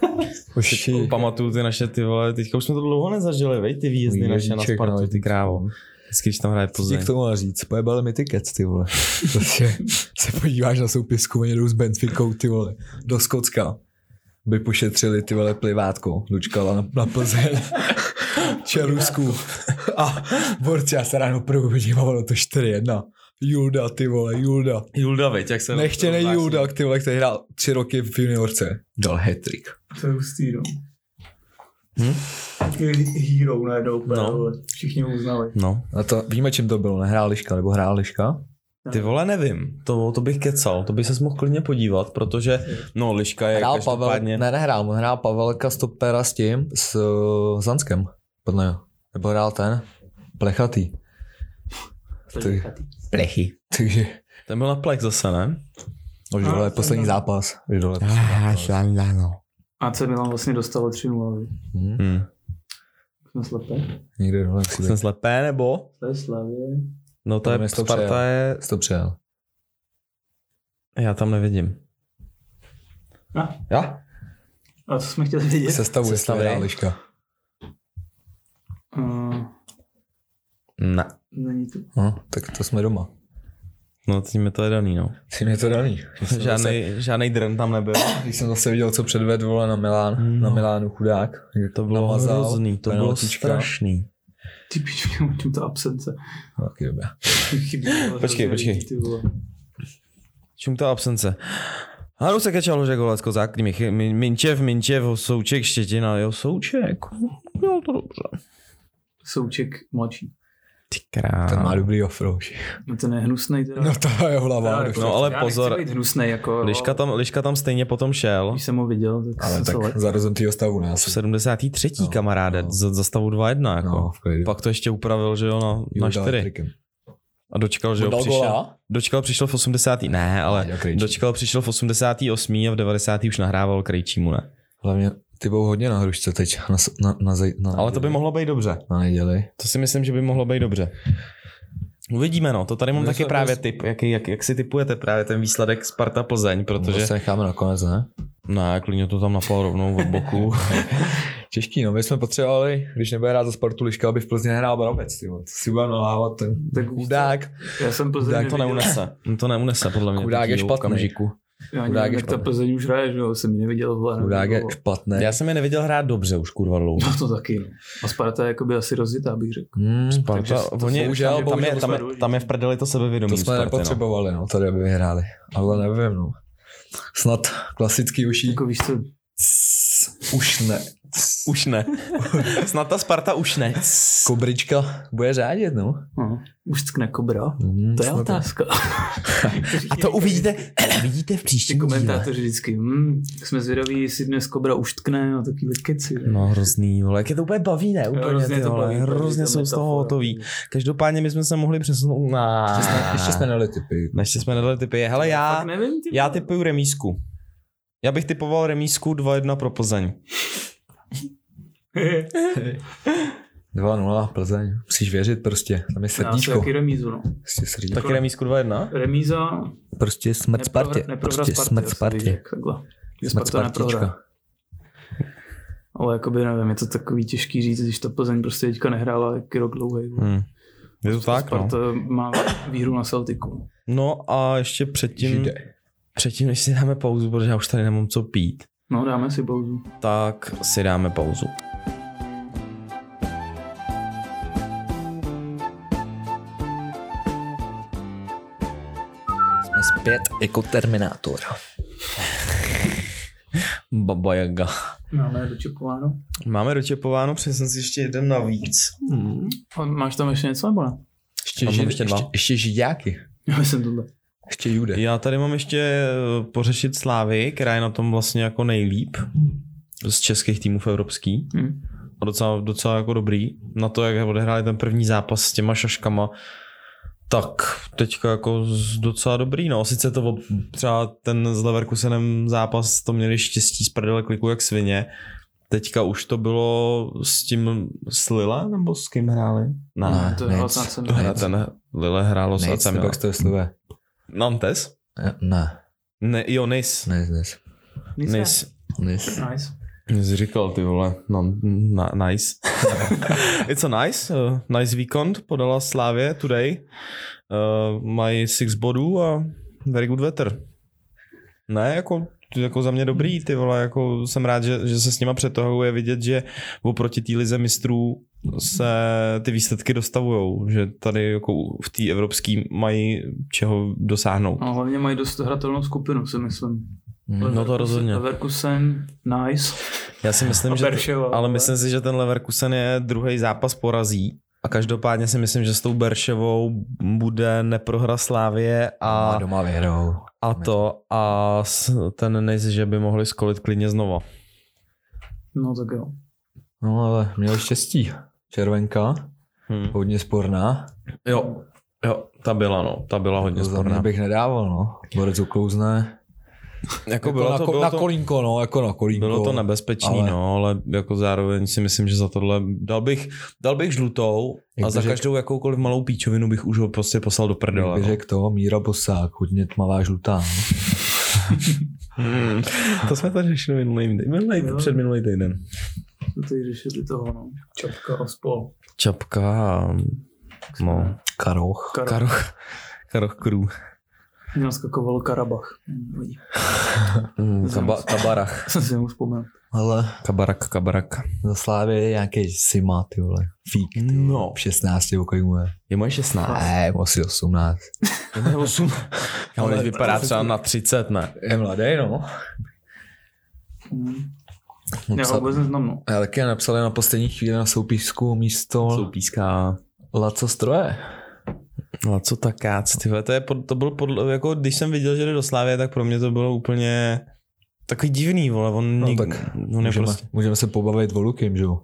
D: Teď
B: Hoši.
D: pamatuju ty naše ty vole, teďka už jsme to dlouho nezažili, vej, ty výjezdy
B: Můj
D: naše na
B: jedniček,
D: Spartu,
B: no,
D: ty krávo. Vždycky, když tam hraje
B: Co ti
D: Plzeň.
B: k tomu má říct? Pojebali mi tiket,
D: <laughs>
B: ty vole. Prostě se podíváš na soupisku, oni jdou s Benficou, ty vole, do Skocka. By pošetřili ty vole plivátko, Lučkala na,
D: <laughs>
B: na Plzeň, Čelusku. A Borci, já se ráno probudím a ono to 4-1. Julda, ty vole, Julda.
D: Julda, veď, jak se...
B: Nechtěný Julda,
D: vlastně.
B: ty vole, který hrál tři roky v juniorce. Dal hat-trick.
C: To je hustý, no. Takový hero najednou,
D: Hm? No.
C: no. všichni ho uznávají.
D: No,
B: A to víme, čím to bylo, nehrál Liška, nebo hrál Liška?
D: ty vole, nevím, to, to bych kecal, to bych se mohl klidně podívat, protože, no, Liška je
B: Hrál Pavel,
D: každopádně...
B: ne, nehrál, on hrál Pavelka stopera s tím, s uh, Zanskem, podle mě. Nebo hrál ten, plechatý. <laughs> Ty. Plechy. Takže,
D: Ten byl na plek zase, ne?
B: už
C: No,
B: dole,
C: jsem
B: poslední
C: tam.
B: zápas. Už
D: Ah,
B: dole. no.
C: AC Milan vlastně dostalo 3-0, viď?
B: Hm,
D: Hmm.
C: jsme slepé.
B: někde dole přijde.
D: Jsem slepé, nebo?
C: To je Slavě.
D: No to
B: Tam
D: je,
B: je to
D: Sparta
B: přejel.
D: je,
B: Jsi to přijel.
D: já tam nevidím.
C: A,
B: Já?
C: a co jsme chtěli vidět?
B: Sestavu, jestli
D: Sestavy.
B: hrál Liška.
C: Uh,
D: Ne.
C: není to.
B: No, tak to jsme doma.
D: No, tím je to je daný, no.
B: Ty mě to daný. Když jsem zase-
D: Žádnej, žádnej drn tam nebyl.
B: Když jsem zase viděl, co předved vole na Milán,
D: Hmm.
B: na Milánu chudák. jak
D: To bylo
B: namazal,
D: hrozný, to bylo
B: penaltička.
D: strašný.
C: Ty pičky, o čem ta absence?
B: No, Taky dobré.
C: Chybí, ale
D: Počkej,
C: hrozně
D: počkej.
C: lidí, ty vole.
D: Čím ta absence? A jdu se kečalo, že golec kozák, Mich- Min- Minčev, Minčev, Souček, Štětina, jo, Souček. Jo, to dobře.
C: Souček mladší.
D: Ty
B: Ten má
D: král.
B: dobrý offroad.
C: No to nehnusnej teda.
B: No to je hlava.
C: ale,
D: no, ale
C: já nechci
D: pozor.
C: být hnusnej, jako,
D: Liška tam, Liška tam stejně potom šel.
C: Když jsem ho viděl, tak
B: Ale
C: jsem se
B: tak
C: lekl.
B: za rozhodnutýho stavu
D: V
B: nás.
D: 73.
B: No,
D: kamaráde,
B: no.
D: za, za stavu 2-1 jako.
B: No, v klidu.
D: Pak to ještě upravil, že jo, na, na
B: Judal
D: 4.
B: trikem.
D: A dočkal, že jo,
E: Dal
D: přišel.
E: gola?
D: Dočkal, přišel v 80. Ne, ale
B: Láďa Krejčí.
D: dočkal, přišel v 88. a v 90. už nahrával Krejčímu, ne?
B: Hlavně ty budou hodně na hrušce teď. Na, s- na, na, zaj- na
D: Ale to by mohlo být dobře.
B: Na neděli.
D: To si myslím, že by mohlo být dobře. Uvidíme, no. To tady mám
B: Bude
D: taky
B: se-
D: právě tip, jak, jak, jak si typujete právě ten výsledek Sparta-Plzeň, protože...
B: Protože... se necháme nakonec, ne?
D: Ne, klidně to tam napal rovnou od <laughs> boku.
B: Těžký, no my jsme potřebovali, když nebude rád za Spartu Liška, aby v Plzni nehrál Brabec, ty vole. Co si budeme nalávat ten
C: Tak už
B: chudák,
C: Já jsem Plzeň
D: Tak to
C: neviděl.
D: neunese. No, To neunese, podle mě.
B: chudák je
D: takovýho
B: špatný.
D: okamžiku.
C: Já
B: Chudák
C: nevím,
B: je
C: jak ta
B: špatný.
C: Plzeň už hraje, že jo, jsem ji neviděl. Vole,
B: Chudák je
C: nebo-
B: špatný.
D: Já jsem je neviděl hrát dobře už, kurva, dlouho. <laughs>
C: No to taky, no. A Sparta je jakoby asi rozjetá, bych řekl.
B: Hmm,
D: Sparta,
C: Takže to
D: oni,
B: bohužel-
D: tam, je- tam, je,
B: bohužel
D: tam, je,
C: sledují.
D: tam je v prdeli to sebevědomí.
B: to jsme
D: Sparty, no.
B: nepotřebovali, no, tady aby vyhráli. Ale nevím, no. Snad klasický uší.
C: Jako víš co,
B: Už ne.
D: Už <laughs> ne. Snad ta Sparta už ne.
B: Kobrička bude řádit, no.
C: no, už ckne kobra.
B: Hmm,
C: To je
B: snad
C: otázka.
D: A to uvidíte, uvidíte v
C: Ty
D: příštím díle.
C: komentátoři vždycky, hm, jsme zvědaví, jestli dnes kobra už tkne, no takovýhle keci. že?
D: No hrozný, vole, jak je to úplně baví, ne? Úplně,
C: hrozně
D: ty
C: to
D: vole,
C: baví, baví,
D: hrozně
C: ta
D: jsou z toho
C: metafora.
D: hotoví. Každopádně my jsme se mohli přesunout na...
B: Ještě jsme- Ještě jsme nedali typy.
D: Ještě jsme nedali typy. Hele, já,
C: Fakt nevím, ty
D: já
C: vole.
D: typuju remízku. Já bych typoval remízku 2-1 pro Plzeň.
B: 2-0 Plzeň. Musíš věřit prostě. Tam je
C: <laughs> Já si
B: srdíčko.
C: taky remízu, no.
B: Prostě srdíčko.
D: Taky remízku 2-1?
C: Remíza,
B: Prostě smrt Spartě.
C: neprohra, neprohra
B: Prostě
C: Spartě,
B: smrt
C: asi bych
B: Spartě.
C: řekl Takhle. Že
B: Smrt
C: Sparta neprohra.
B: Spartička.
C: Ale jakoby nevím, je to takový těžký říct, když ta Plzeň prostě teďka nehrála jaký rok dlouhý.
D: Hmm. Je to tak, no.
C: Sparta má výhru na Celtiku.
D: No a ještě předtím,
B: Žide.
D: předtím, než si dáme pauzu, protože já už tady nemám co pít,
C: No dáme si pauzu.
D: tak si dáme pauzu.
B: Jsme zpět jako Terminátor.
D: Baba Jaga.
C: Máme dočekováno.
D: Máme dočepováno, přesně si ještě jeden navíc.
C: A máš tam ještě něco nebo ne?
B: Ještě,
D: Tam mám
B: žid,
D: ještě
B: ještě,
D: dva.
B: ještě, ještě židáky.
C: Já jsem tohle.
B: Ještě jude.
D: Já tady mám ještě eh, pořešit Slávy, která je na tom vlastně jako nejlíp z českých týmů v evropský.
C: Hm.
D: A docela, docela jako dobrý. Na to, jak odehráli ten první zápas s těma šaškama, tak teďka jako z- docela dobrý, no. Sice to o- třeba ten s Leverkusenem zápas, to měli štěstí z prdele kliku jak svině. Teďka už to bylo s tím s Lila, nebo s kým hráli?
B: Ne,
C: to
B: nic.
C: je vlastně jsem.
D: To hra, ten Lille hrálo s
B: Nejc,
D: Acem.
B: nebo jak se to je slové.
D: Nantes?
B: Ne,
D: Ne, jo, Nice.
B: ne, ne.
C: Nic ne.
D: Nice.
B: Nis.
C: Nice.
D: Jsi říkal, ty vole, no, na, nice. <laughs> It's a nice, uh, nice weekend, podala Slávě today. Uh, mají six bodů a very good weather. Ne, jako, jako za mě dobrý, ty vole, jako jsem rád, že, že se s nima přetahuje vidět, že oproti té lize mistrů se ty výsledky dostavujou, že tady jako v té evropské mají čeho dosáhnout.
C: No, hlavně mají dost hratelnou skupinu, si myslím.
B: Mm.
D: No to rozhodně.
C: Leverkusen, nice.
D: Já si myslím,
C: A
D: že...
C: Berševa.
D: Ale myslím si, že ten Leverkusen je druhý zápas porazí. A každopádně si myslím, že s tou Berševou bude neprohra Slávě
B: A
D: a,
B: doma vyhrou.
D: a to a s- ten nejsi, že by mohli skolit klidně znova.
C: No tak jo.
B: No ale měl štěstí. Červenka,
D: Hmm.
B: hodně sporná.
D: Jo, jo, ta byla no, ta byla hodně
B: To za mě
D: sporná.
B: bych nedával, no. Borec uklouzne.
D: Jako
B: Jako
D: bylo,
B: na,
D: to,
B: ko-
D: bylo,
B: na
D: to,
B: kolínko, no, jako na kolínko.
D: bylo to nebezpečný,
B: ale-
D: no, ale jako zároveň si myslím, že za tohle dal bych, dal bych žlutou a
B: Jak
D: za
B: by řek-
D: každou jakoukoliv malou píčovinu bych už ho prostě poslal do prdele.
B: Jak by
D: No.
B: řekl to, Míra Bosák, hodně tmavá žlutá. No.
D: Hmm. To jsme to řešili minulý, minulý,
C: Jo.
D: před minulý týden.
C: To teď řešili toho, no. Čapka a spol.
D: Čapka a... No.
B: Karoch.
C: Karo.
D: Karoch. Karoch Krů.
C: Mě naskakoval Karabach. Nevadí.
B: Mm,
C: kaba-
B: kabarach.
C: <laughs> Jsem si mu vzpomněl.
B: Ale
D: Kabarak, kabarak.
B: za Slávy je nějaký Sima, ty vole. Fík, ty vole.
D: No.
B: 16, nebo kolik mu je.
D: Je moje 16.
B: Ne, asi 18.
D: Je 8. Ale
B: Ale-
D: vypadá třeba na 30, ne?
B: Je mladý, no.
C: Já ho
B: Napsal,
C: vůbec neznám, no.
B: já taky napsal na poslední chvíli na soupisku místo
D: Soupíská.
B: Laco Stroje.
D: No co ta kác, ty vole, to, je, pod- to bylo podle, jako když jsem viděl, že jde do Slávě, tak pro mě to bylo úplně takový divný, vole, on,
B: No
D: nik,
B: tak
D: on je
B: Můžeme,
D: prostě.
B: můžeme se pobavit o Lukim, že jo?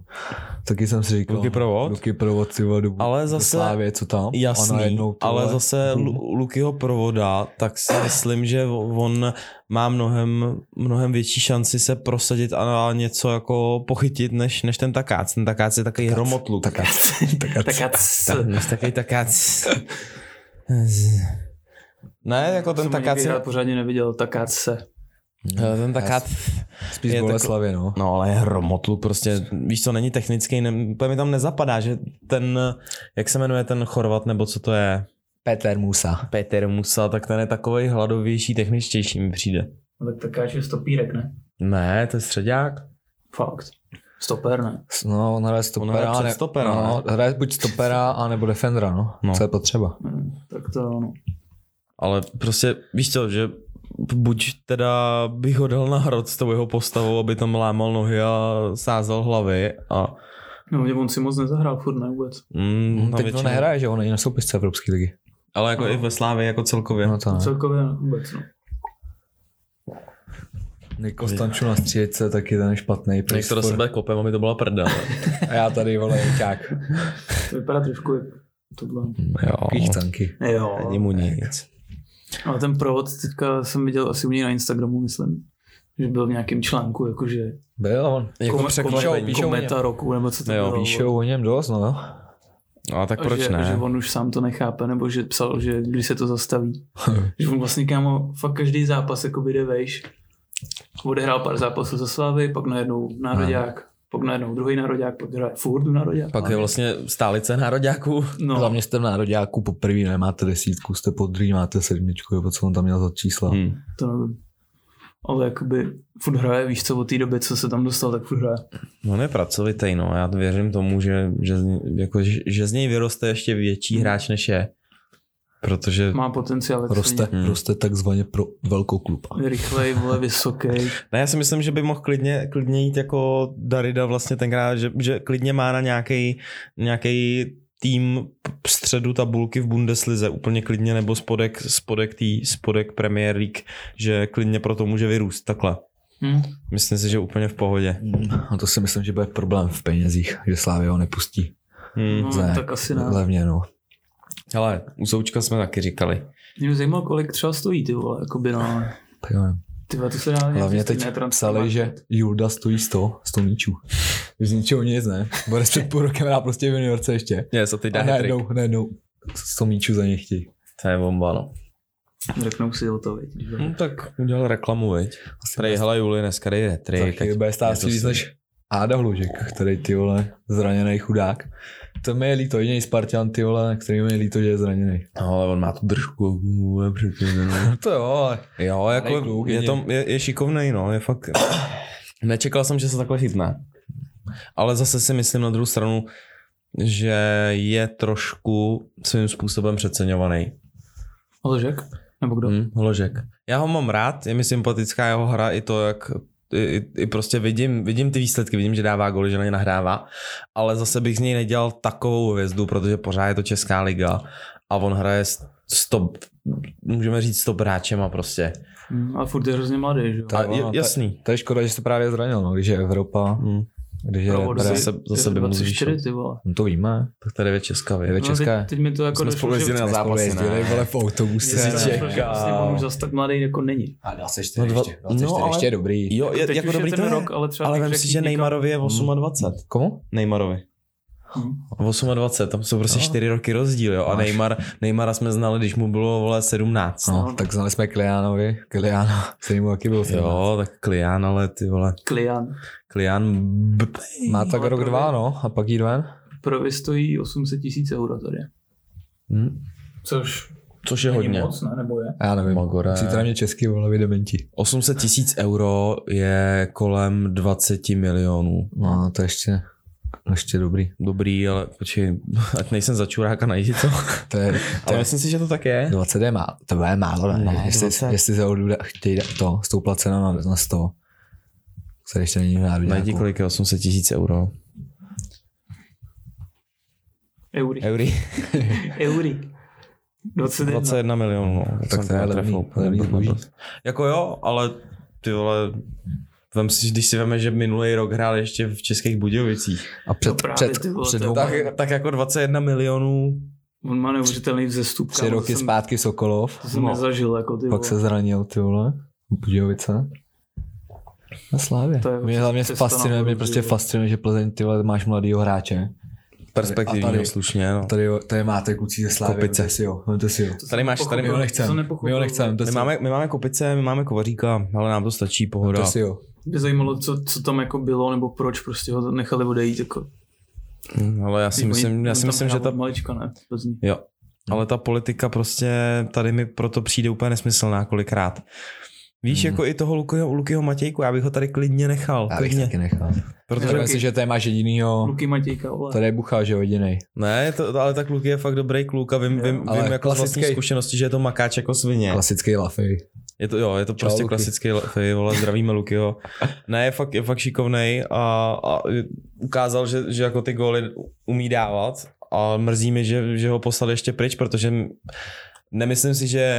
B: Taky jsem si říkal.
D: Luky Provod?
B: Luky Provod, ty vole, do,
D: Ale
B: do
D: zase-
B: Slávě, co tam? A
D: Jasný,
B: najednou, ty
D: ale
B: vole,
D: zase Lu- Lukyho provoda, tak si myslím, že on má mnohem, mnohem větší šanci se prosadit a něco jako pochytit, než, než ten takác. Ten takác je takový hromotluk.
B: Tak a, tak a,
C: Tak já c-
D: Tak, než takový <laughs> takác. Ne, jako ten
C: jsem
D: takác
C: nikdy
D: je... Eh,
C: hrát pořádně neviděl, tak se.
E: Eh,
D: Ten takác...
B: No, spíš
D: je
B: je
D: takhle-
B: Boleslavě, no.
D: No ale hromotlu prostě, víš co, není technický, ne, úplně mi tam nezapadá, že ten, jak se jmenuje ten Chorvat, nebo co to je,
B: Peter Musa.
D: Peter Musa, tak ten je takový hladovější, techničtější mi přijde.
C: No, tak takáč je stopírek, ne?
D: Ne, to je středák.
C: Fakt. Stoper, ne?
B: No, on hraje stopera.
D: hraje před
B: ne-
D: stopera,
B: no, hraje buď stopera, anebo defendera, no.
D: No.
B: no. Co je potřeba.
C: Hmm, tak to ano.
D: Ale prostě, víš co, že buď teda bych ho dal na hrot s tou jeho postavou, aby tam lámal nohy a sázel hlavy a
C: No, mě on si moc nezahrál furt, ne vůbec.
D: mm,
B: No,
D: tam
B: Teď
D: většinou-
B: to nehraje, že on není na soupisce Evropské ligy.
D: Ale jako i ve Slávě jako celkově.
B: No to ne.
C: Celkově ne, vůbec, no.
B: Nikos Stanču na střídce, taky ten je špatný.
E: Jak to do
B: prý
E: sebe kopem, aby to byla prdel.
B: spor. A já tady, vole, <laughs> jeťák.
C: To vypadá trošku jak tohle.
D: <laughs> jo,
B: Kýchcanky.
C: Jo,
D: není mu nic.
C: ale ten provod teďka jsem viděl asi u něj na Instagramu, myslím. Že byl v nějakém článku, jakože
B: Byl on.
E: Jako
C: Kome-
E: překvapení.
C: kome- kometa roku, nebo co to
D: Jo,
C: bylo.
B: Píšou o něm dost, no jo.
D: No a tak
C: A
D: proč
C: že,
D: ne?
C: že on už sám to nechápe, nebo že psal, že když se
B: <laughs>
C: to zastaví. že on vlastně kámo, fakt každý zápas jako jde vejš. Odehrál pár zápasů za Slávy, pak najednou nároďák, pak najednou druhý nároďák, pak hraje furt nároďák.
E: Pak je vlastně stálice nároďáků.
C: No,
B: No. Za mě jste v nároďáku poprvé nemáte desítku, jste po druhý, máte sedmičku, nebo co on tam měl za čísla. Hmm.
D: Hmm.
C: to nevím. Ale jakoby furt hraje, víš co, od té doby, co se tam dostal, tak furt hraje.
D: On je pracovitej, no. Já věřím tomu, že, že, z ní- jako, že, že z něj vyroste ještě větší hráč, než je. Protože
C: Má potenciál. jak se
B: Roste,
D: Hmm.
B: hmm. roste takzvaně pro velkou klub.
C: ví. Rychlej, vole, vysoký.
D: ne, já si myslím, že by mohl klidně, klidně jít jako Darida vlastně tenkrát, že, že klidně má na nějaký nějaký tým v středu tabulky v Bundeslize úplně klidně, nebo spodek, spodek, tý, spodek Premier League, že klidně pro to může vyrůst takhle.
C: Hm?
D: Myslím si, že úplně v pohodě.
B: Mm, A to si myslím, že bude problém v penězích, že Slávě ho nepustí.
D: Hmm.
C: No,
B: Ne,
C: tak asi ne.
B: Levně, no.
D: Hele, u Součka jsme taky říkali.
C: Mě by zajímalo, kolik třeba stojí, ty vole, jakoby na...
B: Tak jo, nevím.
C: Ty vole, to se dá nějak
B: Hlavně
C: stejné
B: teď
C: transformovat.
B: psali, že Julda stojí 100, 100 míčů. Že Z ničeho nic, ne?
D: <laughs>
B: Bude před půl rokem hrát prostě v juniorce ještě.
E: Ne, za ty
B: A
E: dá hat-trick.
B: najednou, najednou 100 míčů za ně chtějí.
D: To je bomba, no.
C: Řeknou si o to, viď, že-
D: No tak udělal reklamu, viď. Prej, hele Juli, dneska dej
B: Za
D: retrik.
B: chvíli bude
D: je
B: stát
D: to
B: si víc
D: syn.
B: než Áda Hlužek, který ty vole, zraněný chudák. To mi je líto, jediný Spartan ty vole, který mi je líto, že je zraněný.
D: No, ale on má tu držku. vůle, předtím, no.
B: <laughs> To jo, ale
D: Jo, jako
B: Malej kluk,
D: je,
B: jedině.
D: to, je, je šikovnej, no, je
B: <coughs>
D: fakt... Nečekal jsem, že se takhle chytne. Ale zase si myslím na druhou stranu, že je trošku svým způsobem přeceňovaný.
C: Lžek? Nebo kdo?
B: Hm,
D: Hmm, holožek. Já ho mám rád, je mi sympatická jeho hra i to, jak i, i- i prostě vidím, vidím ty výsledky, vidím, že dává góly, že na ně nahrává, ale zase bych z něj nedělal takovou hvězdu, protože pořád je to Česká liga a on hraje s- s top, můžeme říct s top hráčema prostě.
C: Hmm. A furt je hrozně mladý, že jo?
B: Tak
D: A
B: jo,
D: je,
B: no, to-
D: jasný.
B: to je škoda, že se právě zranil, no, když je Evropa,
D: Hmm.
B: když je
C: Provodu
B: repre-
C: si-
D: zase-
C: ty
D: zase by mu
C: 24, ty vole.
B: No to víme.
D: Tak tady je Česká
B: Je
D: věc.
B: to česká.
C: No, teď, teď, mi to jako
D: Jsme
C: došlo,
D: spolu
C: že-
D: jezdili na
C: Jsme
D: zápasy,
B: Spolu jezdili,
D: ne?
B: vole, v autobuse.
C: spolu jezdili,
B: čekal.
C: že vlastně on už zase tak mladý jako není.
B: prostě, A 24
D: No dva-
B: ještě. 24
D: no, ale-
B: ještě je dobrý.
D: Jo, je,
C: Teď
D: jako
C: už
D: dobrý
C: je
D: to
C: ten
D: je.
C: rok, ale třeba
D: ale
C: bych
D: vem
C: řekl
D: si, že
C: někam-
D: Neymarovi je 28.
B: Komu?
D: Neymarovi.
C: Hm.
D: 28, tam jsou prostě 4 roky rozdíl, jo. A
B: No. Máš.
D: Neymar, Neymara jsme znali, když mu bylo, vole, 17.
B: No, tak znali jsme Kliánovi. Kliána, <laughs> který mu taky byl.
D: Jo, tak Klian, ale ty vole,
C: Klian.
D: Klian... b-
B: Má tak
C: Ale
B: rok
C: to
B: dva,
C: je-
B: no, a pak jít ven.
D: Hmm.
C: Pro vy stojí 800 tisíc euro tady.
B: Hm.
C: Což
E: což je hodně.
C: moc, ne? Nebo je?
B: Já nevím.
E: Magore.
B: Přijďte na mě česky, vole, vy dementi.
D: 800 tisíc euro je kolem 20 milionů.
B: No, to ještě, no, ještě dobrý.
D: Dobrý, ale počkej, <laughs> ať nejsem za čuráka, najdi to.
B: To je, to
D: <laughs> Ale
B: je No,
D: myslím si, že to tak je.
B: 20 je má, to je málo, ne?
D: Ne,
B: jestli,
D: 20.
B: jestli za Odu chtějí dát to, stoupla cena na, na 100, který ještě není v
D: Najdi,
B: národě.
D: kolik je 800 tisíc euro.
C: Eury.
D: Eury.
C: Eury. 21.
D: 21 milionů. No.
B: Tak
D: jsem
B: to je
D: netrefil
B: levný,
D: úplně,
B: levný
D: blbost,
B: zboží.
D: blbost. Jako jo, ale ty vole, vem si, když si veme, že minulý rok hrál ještě v Českých Budějovicích.
B: A před,
C: No
B: no
C: právě,
B: před,
C: ty vole,
B: před
C: to je
B: dvouma,
D: Tak, tak jako 21 milionů,
C: On má neuvěřitelný vzestup.
B: tři
C: kámo, to
B: roky
C: jsem-
B: zpátky Sokolov,
C: To jsem nezažil, jako ty
B: pak
C: vole.
B: se zranil, ty vole, Budějovice. Na slávě.
C: To je prostě
B: Mě hlavně
C: cesta
B: fascinuje,
C: nahoru,
B: mě
C: ty
B: prostě
C: vole.
B: fascinuje, že Plzeň, ty vole, máš mladýho hráče. A
D: perspektivního
B: tady-
D: slušně. No.
B: Tady, jo- tady máte kluci ze slávy,
D: Kopice.
B: vemte si jo, vemte si jo.
C: To jsem
D: Tady máš- tady
C: nepochopil,
B: My ho
C: to jsem
B: nechcem, my
C: nepochopil.
B: ho nechcem, to
D: My
B: si,
D: máme, my máme kopice, my máme kovaříka, ale nám to stačí, pohoda.
B: to si jo.
C: Mě zajímalo, co, co tam jako bylo, nebo proč prostě ho nechali odejít. Jako,
D: Hm, Ale já si myslím, já si myslím že ta
C: Malička, ne? Plzní.
D: Jo. Ale ta politika prostě tady mi proto přijde úplně nesmyslná kolikrát. Víš,
B: Hmm.
D: jako i toho Lukyho, Lukyho Matějku, já bych ho tady klidně nechal.
B: Já bych
D: klidně.
B: taky nechal.
D: Protože,
B: Protože
C: Luky-
B: myslím, že tady máš
D: No.
B: jedinýho,
C: Luky Matějka, vole.
B: tady je Bucha, že jo, jedinej.
D: ne, to, ale tak Luky je fakt dobrý kluk a vím,
C: Jo,
D: vím,
B: ale
D: vím jako z vlastní
B: klasický-
D: zkušenosti, že je to makáč jako svině.
B: Klasický lafy.
D: Je to, jo, je to
B: Čau,
D: prostě
B: Luky.
D: klasický Luky, vole, zdravíme <laughs> Lukyho. Ne, je fakt, je fakt šikovnej a, a ukázal, že, že jako ty góly umí dávat a mrzí mi, že, že ho poslali ještě pryč, protože m- nemyslím si, že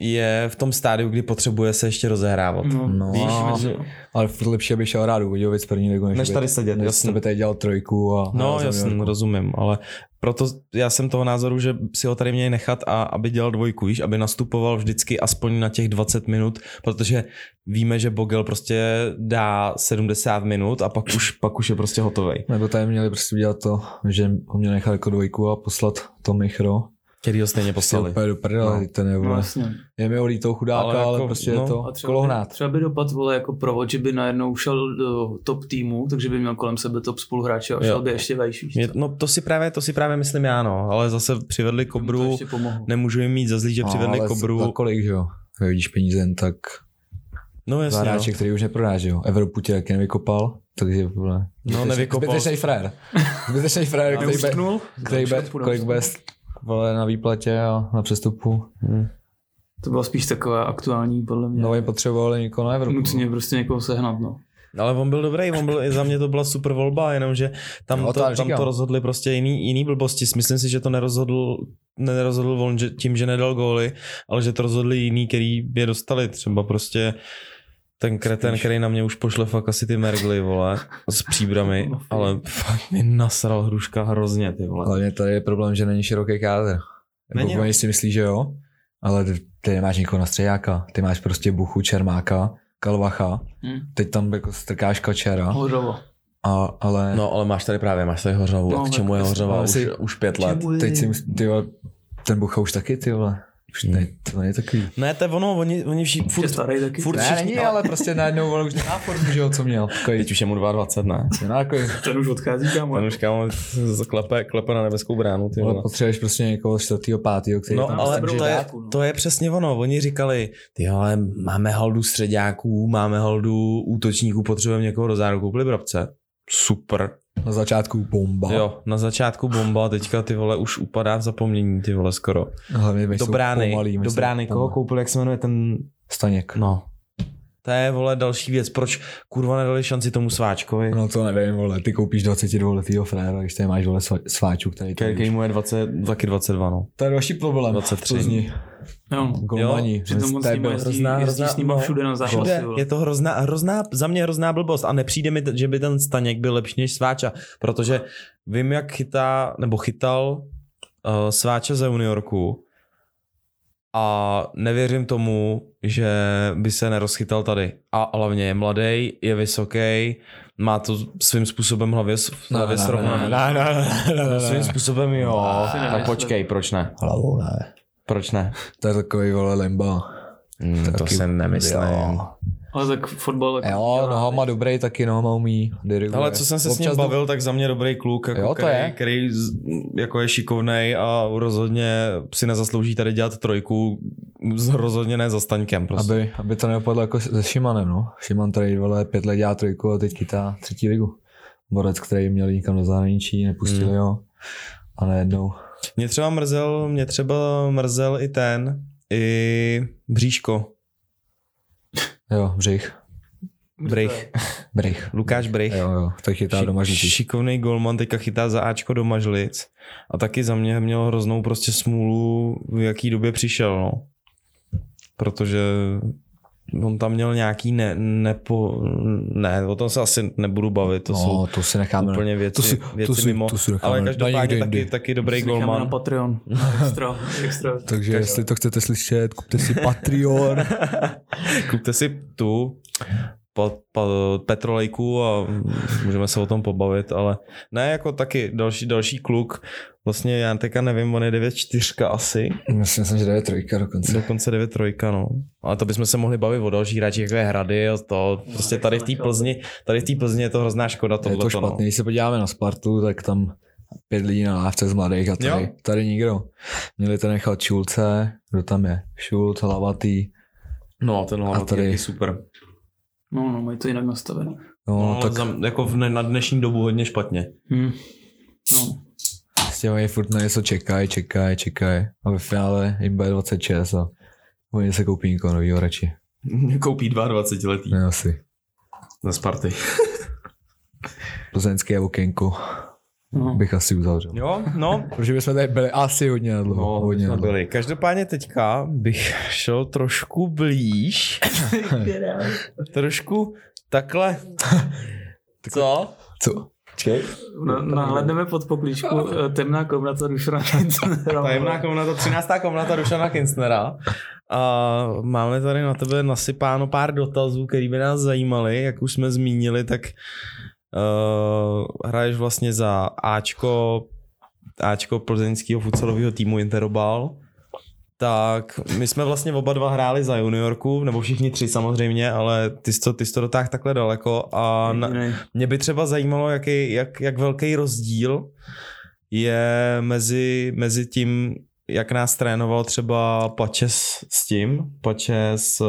D: je v tom stádiu, kdy potřebuje se ještě rozehrávat.
C: No,
B: No,
D: Víš, že,
B: ale furt lepší, aby šel rád Budějovic první ligu, než,
D: než
B: aby-
D: tady sedět,
B: než
D: jasně.
B: to by tady dělal trojku a
D: No
B: hrál za New
D: jasně,
B: Yorku.
D: rozumím, ale proto já jsem toho názoru, že si ho tady měli nechat a aby dělal dvojku, víš, aby nastupoval vždycky aspoň na těch 20 minut, protože víme, že Bogel prostě dá 70 minut a pak už, pak už je prostě hotovej.
B: Nebo tady měli prostě udělat to, že ho mě nechal jako dvojku a poslat to Michro.
D: Který ho stejně
B: Prostě
D: poslali.
B: úplně do prdele,
D: No.
B: no. ten je,
C: no
B: vole.
C: jasně.
B: je mi ho líto chudáka, ale,
D: Ale
B: jako,
D: jako,
B: ale prostě no,
D: no.
B: je to
C: A třeba, by,
B: kolouhnát.
C: třeba by dopad vole jako provod, že by najednou šel do top týmu, takže by měl kolem sebe top spoluhráče a
D: Jo.
C: šel by ještě vejš. víš co?
D: Je, no to si právě, to si právě myslím já, no, ale zase přivedli
C: By mu to
D: Kobru,
C: ještě No, jako pomohlo.
D: nemůžu jim mít za zlý, že přivedli
B: No, ale Za
D: Kobru.
B: kolik, že jo? Když vidíš peníze jen tak
D: No
B: za
D: jasně, no.
B: hráče, který už neprodá, že jo? Evropu tě taky nevykopal, takže vole. zbytečný-
D: No, nevykopal. <laughs>
B: Zbytečný frér. Zbytečný frér, který, be,
C: Neuštrnul?
B: který be,
C: Šlapu,
B: kolik
C: neuštrnul.
B: bude vole na výplatě a na přestupu.
C: To byla spíš taková aktuální, podle mě.
B: No, oni potřebovali někoho na Evropu.
C: Nutně prostě někoho sehnat, no.
D: Ale on byl dobrý, on byl, i za mě to byla super volba, jenomže tam,
B: Jo,
D: to,
B: to já
D: tam
B: říkám.
D: to rozhodli prostě jiný, jiný blbosti. Myslím si, že to nerozhodl, nerozhodl on že, tím, že nedal góly, ale že to rozhodli jiný, který je dostali. Třeba prostě ten kreten, který na mě už pošle fakt asi ty mergly, vole, s příbrami, ale fakt mi nasral hruška hrozně, ty vole.
B: Hlavně tady je problém, že není široký kádr.
D: Není,
B: Jako
D: no.
B: oni si myslí, že jo, ale ty- ty nemáš nikoho na středáka. Ty máš prostě Buchu, Čermáka, Kalvacha.
C: Hm.
D: Hmm.
B: Teď tam jako strkáš Kočera,
D: No.
C: Hodovo.
B: a, ale no,
E: No, ale máš tady právě, máš tady Hořovu.
C: No,
E: a k čemu je
C: tak
E: Hořova už,
B: asi-
E: už pět let?
B: teď si musí, ty vole, ten Bucha už taky, ty vole. Už
D: Hmm.
B: ne, to není takový.
D: Ne, to je ono, oni, oni všichni
C: Je
D: furt,
C: starý taky.
D: furt
B: Ne, není, ale prostě najednou on už nemá formu, že jo, co měl. Takový,
D: Teď už je mu 22, ne?
B: nemá takový.
C: Ten už odchází, kámo.
D: Ten už kámo klepe, klepe na nebeskou bránu, ty vole.
B: Ale potřebuješ prostě někoho z čtvrtýho, pátýho, který tam
D: No, ale
B: prostě může
D: to je,
B: dát.
D: to je přesně ono. Oni říkali, ty ale máme haldu středňáků, máme haldu útočníků, potřebujeme někoho do záruku. Koupili brabce. Super.
B: Na začátku bomba.
D: Jo, na začátku bomba, teďka ty vole už upadá v zapomnění, ty vole skoro.
B: Hlavně my
D: Do
B: jsou
D: brány,
B: pomalý, my
D: do
B: jsou
D: brány, koho
B: pomalý.
D: koupili, jak se jmenuje ten...
B: Staněk.
D: No. To je vole další věc, proč kurva nedali šanci tomu sváčkovi,
B: No to nevím, vole, ty koupíš 22 letýho fréra, když tady máš vole sva- sváčů, který
D: Ke-
B: tady
D: který
B: už-
D: mu je 20, taky 22, no.
B: To je další problém.
D: 23.
B: V Plzni.
C: Jo. no.
B: Golmani.
C: Přitom on s ním jezdí, jezdí s ním všude na zápasy.
D: Všude,
C: vole.
D: je to no, hrozná, hrozná, za mě hrozná blbost a nepřijde mi, t- že by ten Staněk byl lepší než Sváča, protože vím, jak chytá, nebo chytal uh, Sváča za juniorku a nevěřím tomu, že by se nerozchytal tady. A hlavně je mladý, je vysoký, má to svým způsobem hlavě, s- v hlavě srovnaný.
B: Ne, ne, ne, ne, ne,
D: Svým
B: ne.
D: způsobem jo,
C: si
D: tak
C: nemyslím.
D: počkej, proč ne?
B: Hlavou ne.
D: Proč ne?
B: To je takový vole limba.
D: Hmm,
E: Mm, to
B: Taky-
E: si nemyslím.
B: Jo.
C: Ale tak fotbal... Jako
B: Jo, nohama dobrý, taky nohama umí. Diriguje.
D: Ale co jsem se s ním
B: Občas
D: bavil, tak za mě dobrý kluk, jako
B: Jo, to
D: který,
B: je.
D: který z- jako je šikovnej a rozhodně si nezaslouží tady dělat trojku, z- rozhodně ne za staňkem prostě.
B: Aby, aby to nedopadlo jako se Šimanem, no. Šiman tady vole, pět let dělá trojku a teď chytá třetí ligu. Borec, který měl nikam do zahraničí, nepustili
D: Hmm.
B: ho. A najednou.
D: Mě třeba mrzel, mě třeba mrzel i ten, i Bříško,
B: Jo, Břich.
D: Brych,
B: Břich.
D: Lukáš Brych.
B: Jo, jo, to chytá doma žití.
D: šikovný golman teďka chytá za Ačko do Mažlic a taky za mě měl hroznou prostě smůlu, v jaký době přišel, no. Protože on tam měl nějaký ne, nepo, ne, o tom se asi nebudu bavit, to no, jsou
B: No, to si necháme.
D: úplně věci,
B: to si-
D: věci
B: to si-
D: mimo,
B: to si necháme
D: ale
B: na
D: každopádně
B: někdy
D: taky,
B: jindy.
D: taky
C: si
D: dobrý
C: necháme na
D: golman.
B: <laughs>
C: Patreon. Extra, extra.
B: Takže jestli to chcete slyšet, kupte si Patreon.
D: Kupte si tu pa, pa, petrolejku a můžeme se o tom pobavit, ale ne, jako taky další, další kluk, vlastně já teďka nevím, on je 9-4 asi,
B: <laughs> Myslím, že to je trojka dokonce.
D: Dokonce 9 trojka, no. Ale to bychom se mohli bavit o dalších hráčích, jako je Hrady a to. Prostě
C: tak
D: tady
C: to
D: v té
C: nechal.
D: Plzni, tady v té Plzni je to hrozná škoda no.
B: To je
D: tohle.
B: to špatný. Když se podíváme na Spartu, tak tam pět lidí na lávce z mladých a tady,
D: Jo.
B: tady nikdo. Měli to nechat Šulce, kdo tam je? Šulc, Lavatý.
D: No, no ten
B: A
D: hlavní
B: tady-
D: je taky super.
C: No, no, mají to jinak nastavený.
B: No,
D: No,
B: no tak
D: tak... za, jako v, ne- na dnešní dobu hodně špatně.
C: Hm. No.
B: stěhuje furt na něco čekají, čekají, čekají. A ve finále jim bude 26 a oni se koupí někoho novýho radši.
D: <laughs> Koupí 22 letý
B: Ne asi.
D: na Sparty.
B: Plzeňské okénko
C: No.
B: bych asi uzavřel.
D: Jo, no.
B: Protože bychom tady byli asi hodně na dlouho.
D: No,
B: hodně
D: hodně
B: na dlouho.
D: byli. Každopádně teďka bych šel trošku blíž. trošku takhle. Co?
B: Co?
C: Na, nahlédneme pod poklíčku eh, temná komnata <laughs> Dušana Kincnera.
D: Tajemná komnata, 13. komnata Dušana Kinsnera. A máme tady na tebe nasypáno pár dotazů, který by nás zajímaly. Jak už jsme zmínili, tak uh, hraješ vlastně za Ačko, Ačko plzeňského futsalového týmu Interobal. Tak my jsme vlastně oba dva hráli za juniorku, nebo všichni tři samozřejmě, ale ty jsi to, ty jsi to dotáhl takhle daleko a na,
C: Ne,
D: mě by třeba zajímalo, jaký, jak, jak velký rozdíl je mezi, mezi tím, jak nás trénoval třeba Pačes s tím, Pačes uh,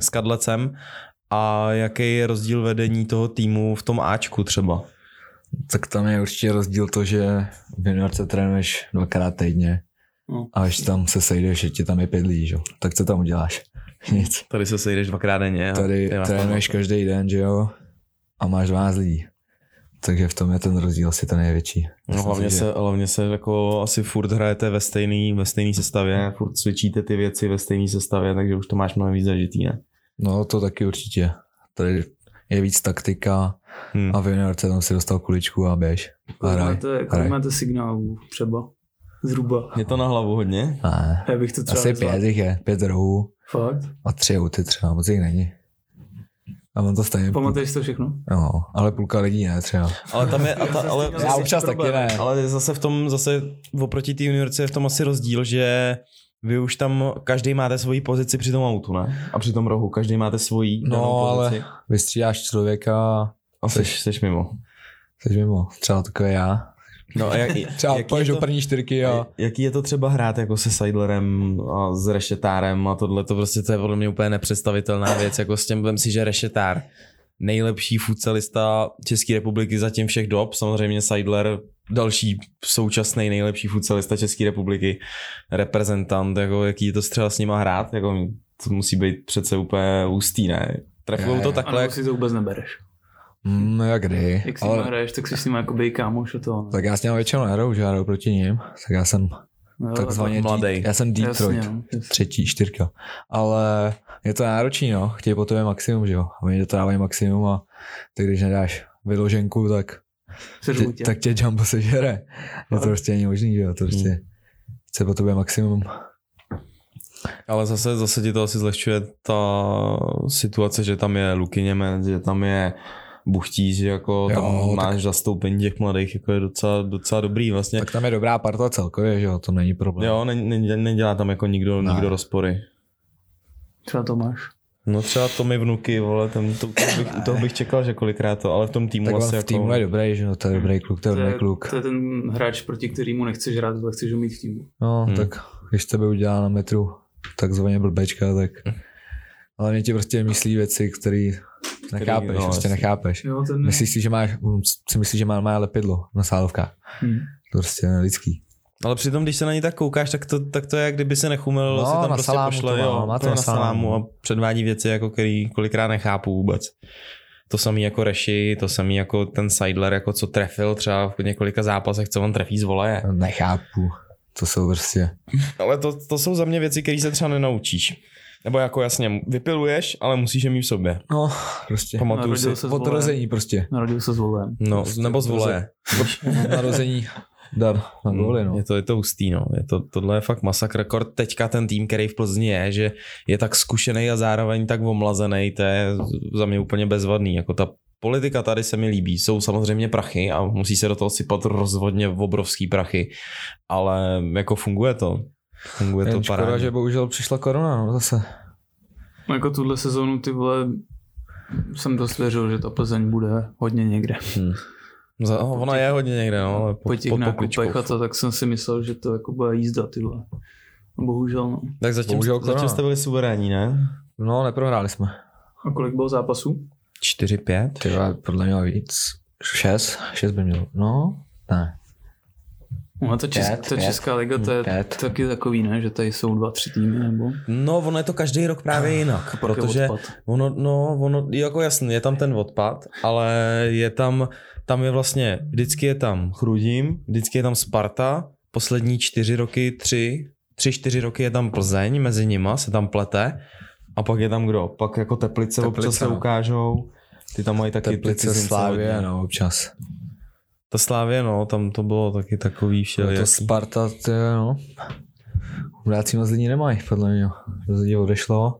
D: s Kadlecem a jaký je rozdíl vedení toho týmu v tom Ačku třeba.
B: Tak tam je určitě rozdíl to, že v juniorce trénuješ dvakrát týdně
C: No.
B: a až tam se sejdeš, je ti tam je pět lidí, že? jo? Tak co tam uděláš?
D: <laughs>
B: Nic.
D: Tady se sejdeš dvakrát denně. a
B: Tady
D: je vás tam
B: trénuješ každý den, že jo? A máš 12 lidí. Takže v tom je ten rozdíl asi ten největší.
D: No,
B: Myslím
D: hlavně,
B: si, že-
D: se, hlavně se jako asi furt hrajete ve stejný, ve stejný sestavě, furt cvičíte ty věci ve stejný sestavě, takže už to máš mnohem víc zažitý, ne?
B: No to taky určitě. Tady je víc taktika
D: Hmm.
B: a v juniorce tam si dostal kuličku a běž. A
C: Kolik
B: hraj.
C: máte, kolik
B: hraj.
C: máte signálů třeba? Zhruba.
D: Je to na hlavu hodně?
B: Ne.
C: Já bych to třeba
B: Asi
C: nezvládl.
B: pět jich je, pět rohů
C: Fakt?
B: a tři auty třeba, moc jich není. A on to stejně.
C: Pamatuješ si to všechno?
B: No, ale půlka lidí ne třeba.
D: Ale tam je, a ta, ale
C: Já
B: Já
C: zase
B: občas taky
C: problém.
B: ne.
D: Ale zase v tom, zase oproti té juniorce je v tom asi rozdíl, že vy už tam, každý máte svoji pozici při tom autu, ne? A při tom rohu, každý máte svoji
B: No,
D: danou
B: ale-
D: pozici.
B: Vystřídáš člověka a
D: A seš, seš mimo.
B: jsi mimo. Třeba takový já.
D: No a jak,
B: Třeba
D: jaký, je
B: pojď do
D: to,
B: první čtyřky a
D: jaký je to třeba hrát jako se Seidlerem a s Rešetárem a tohle, to prostě to je podle mě úplně nepředstavitelná věc, jako s tím, vem si, že Rešetár nejlepší futsalista České republiky zatím všech dob. Samozřejmě Seidler další současný nejlepší futsalista České republiky, reprezentant, jako jaký je to třeba s nima hrát, jako to musí být přece úplně ústý, ne? Trefujou
B: Je,
D: to
B: je.
D: takhle,
C: Takhle,
D: jak...
C: jak... si to vůbec nebereš.
B: mm, jak kdy.
C: Jak si ale...
B: Ale,
C: hraješ, tak si s ním jakoby kámoš a to. ne?
B: tak já s ním většinou nehrou, že já hraju proti ním. Tak já jsem
C: Jo,
B: takzvaně
D: No, tak
B: D-
D: mladej.
B: já jsem
C: No, tak-
B: Detroit.
C: Jasně, no, jasně.
B: Třetí, čtyřka. Ale je to náročný, no. Chtějí po tobě maximum, že jo. A oni to dávají maximum a ty když nedáš vyloženku, tak, tě,
C: Seřvu tě.
B: tak tě jumbo sežere. Je to
C: Ale-
B: prostě není možný, že jo. To prostě chce po tobě maximum.
D: Ale zase, zase ti to asi zlehčuje ta situace, že tam je Luky Němec, že tam je Buchtíř, jako
B: Jo,
D: jo, tam
B: tak-
D: máš tak... zastoupení těch mladých, jako je docela, docela dobrý vlastně. Tak...
B: Tak tam je dobrá parta celkově, že jo. To není problém.
D: Jo, ne, ne, nedělá tam jako nikdo,
B: Ne.
D: nikdo rozpory.
C: Třeba Tomáš.
D: No třeba to mi vnuky, vole, tam to, to bych, u toho bych čekal, že kolikrát to, ale v tom týmu
B: Tak on
D: asi
B: v týmu je
D: jako...
B: dobrý, že jo, to je dobrý kluk, to je
C: to,
B: dobrý
C: je,
B: kluk.
C: to je ten hráč, proti kterému nechceš hrát, ale chceš ho mít v týmu.
B: No,
D: Hmm.
B: hmm. tak když tebe udělá na metru takzvaně blbečka, tak
D: Hmm.
B: ale mě ti prostě myslí věci, které nechápeš,
D: no,
B: no, prostě
D: jasně.
B: nechápeš.
C: Jo, ten...
B: Myslíš si, že máš, on si myslí, že má, má lepidlo na sálovkách.
C: Hmm.
B: To prostě je lidský.
D: Ale přitom, když se na něj tak koukáš, tak to, tak to je, jak kdyby se nechumel,
B: No,
D: si tam
B: na
D: prostě
B: salámu
D: pošle,
B: to má,
D: jo,
B: má to
D: na
B: na salámu.
D: salámu a předvádí věci, jako který kolikrát nechápu vůbec. To samý jako Reši, to samý jako ten Seidler, jako co trefil třeba v několika zápasech, co on trefí z voleje.
B: No. Nechápu. To jsou prostě...
D: Ale to, to jsou za mě věci, které se třeba nenaučíš. Nebo jako jasně, vypiluješ, ale musíš je mít v sobě.
B: No, prostě.
D: Pamatuju si.
C: Jako Narodil se prostě s
B: Od narození prostě.
C: volem. Narodil se s volem.
D: No, nebo z voleje.
B: Od narození dar na góly, no.
D: Hmm. Je to, je to hustý, no. Je to, tohle je fakt masakr. Kor teďka ten tým, který v Plzni je, že je tak zkušený a zároveň tak omlazený, to je za mě úplně bezvadný. Jako ta politika tady se mi líbí. Jsou samozřejmě prachy a musí se do toho sypat rozhodně obrovský prachy. Ale jako funguje to. Funguje to
B: Jen škoda,
D: parádě.
B: že bohužel přišla korona, no zase.
C: No Jako tuhle sezónu ty vole jsem dost věřil, že ta Plzeň bude hodně někde.
D: Za- no, Ona je hodně někde, no, ale po,
C: Po těch
D: pod
C: nákupech
D: pokličkou.
C: a to, tak jsem si myslel, že to jako bude jízda ty vole. Bohužel no.
D: Tak zatím,
B: Bohužel
D: zatím
B: korona.
D: jste byli suverénní, ne?
B: No, neprohráli jsme.
C: A kolik bylo zápasů?
D: 4-5?
B: Ty vole, podle mě víc. Šest? Šest by mělo. No, ne.
C: No, ta, česk,
B: Pět,
C: ta
B: pět. Hm,
C: česká liga, to je
B: Pět.
C: taky takový, ne? Že tady jsou dva, tři týmy, nebo?
D: No, ono je to každý rok právě jinak,
C: Pak je
D: protože
C: odpad.
D: ono, no, ono, jako jasný, je tam ten odpad, ale je tam, tam je vlastně, vždycky je tam Chrudim, vždycky je tam Sparta, poslední čtyři roky, tři, tři, čtyři roky je tam Plzeň, mezi nima se tam plete a pak je tam kdo? Pak jako Teplice, Teplice občas
B: Teplice,
D: se
B: no.
D: ukážou, ty tam mají taky
B: Teplice,
D: taky zimce
B: Slávě,
D: hodně.
B: no, občas.
D: Ta Slávě, no, tam to bylo taky takový
B: Je to
D: všelijaký.
B: Sparta, ty no. Chudáci moc lidí nemají, podle mě. Dost lidí odešlo.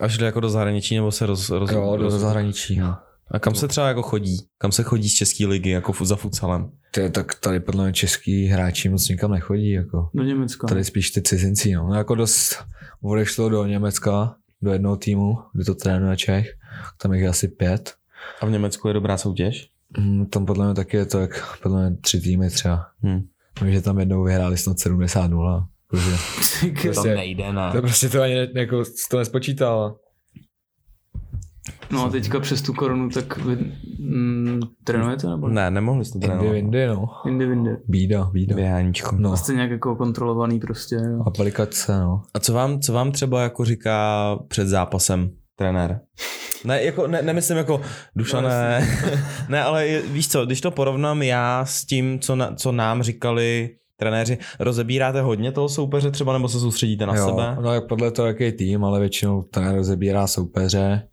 D: A šli jako do zahraničí, nebo se roz, roz,
B: Jo, do
D: roz-
B: zahraničí. No.
D: A kam se třeba jako chodí? Kam se chodí z České ligy, jako fu- za futsalem?
B: Ty, tak tady podle mě český hráči moc nikam nechodí, jako.
C: Do Německa. <laughs>
B: Tady spíš ty cizinci, no. no jako dost odešlo do Německa, do jednoho týmu, kde to trénuje Čech. Tam jich je asi pět.
D: A v Německu je dobrá soutěž?
B: Mm, Tam podle mě taky je to jak podle mě tři týmy třeba.
D: Hmm.
B: Vím, že tam jednou vyhráli snad 70-0. jakože-
C: Tam-
D: nejde, ne.
B: To prostě to ani ne, jako, to nespočítal.
C: No a teďka přes tu korunu, tak vy mm, trénujete nebo
D: Ne, nemohli jste
B: Indy,
D: trénovat.
B: Indy, no.
C: Jindy, vindy.
B: Bída, bída.
D: Běháníčko.
B: No,
C: Jste nějak jako kontrolovaný prostě. jo.
B: aplikace, no.
D: A co vám, co vám třeba jako říká před zápasem trenér? Ne, jako, ne, nemyslím jako
B: No,
D: dušané, <laughs> ne, ale je- víš co, když to porovnám já s tím, co, na, co nám říkali trenéři, rozebíráte hodně toho soupeře třeba, nebo se soustředíte na
B: jo,
D: sebe?
B: No jak podle toho, jaký tým, ale většinou trenér rozebírá soupeře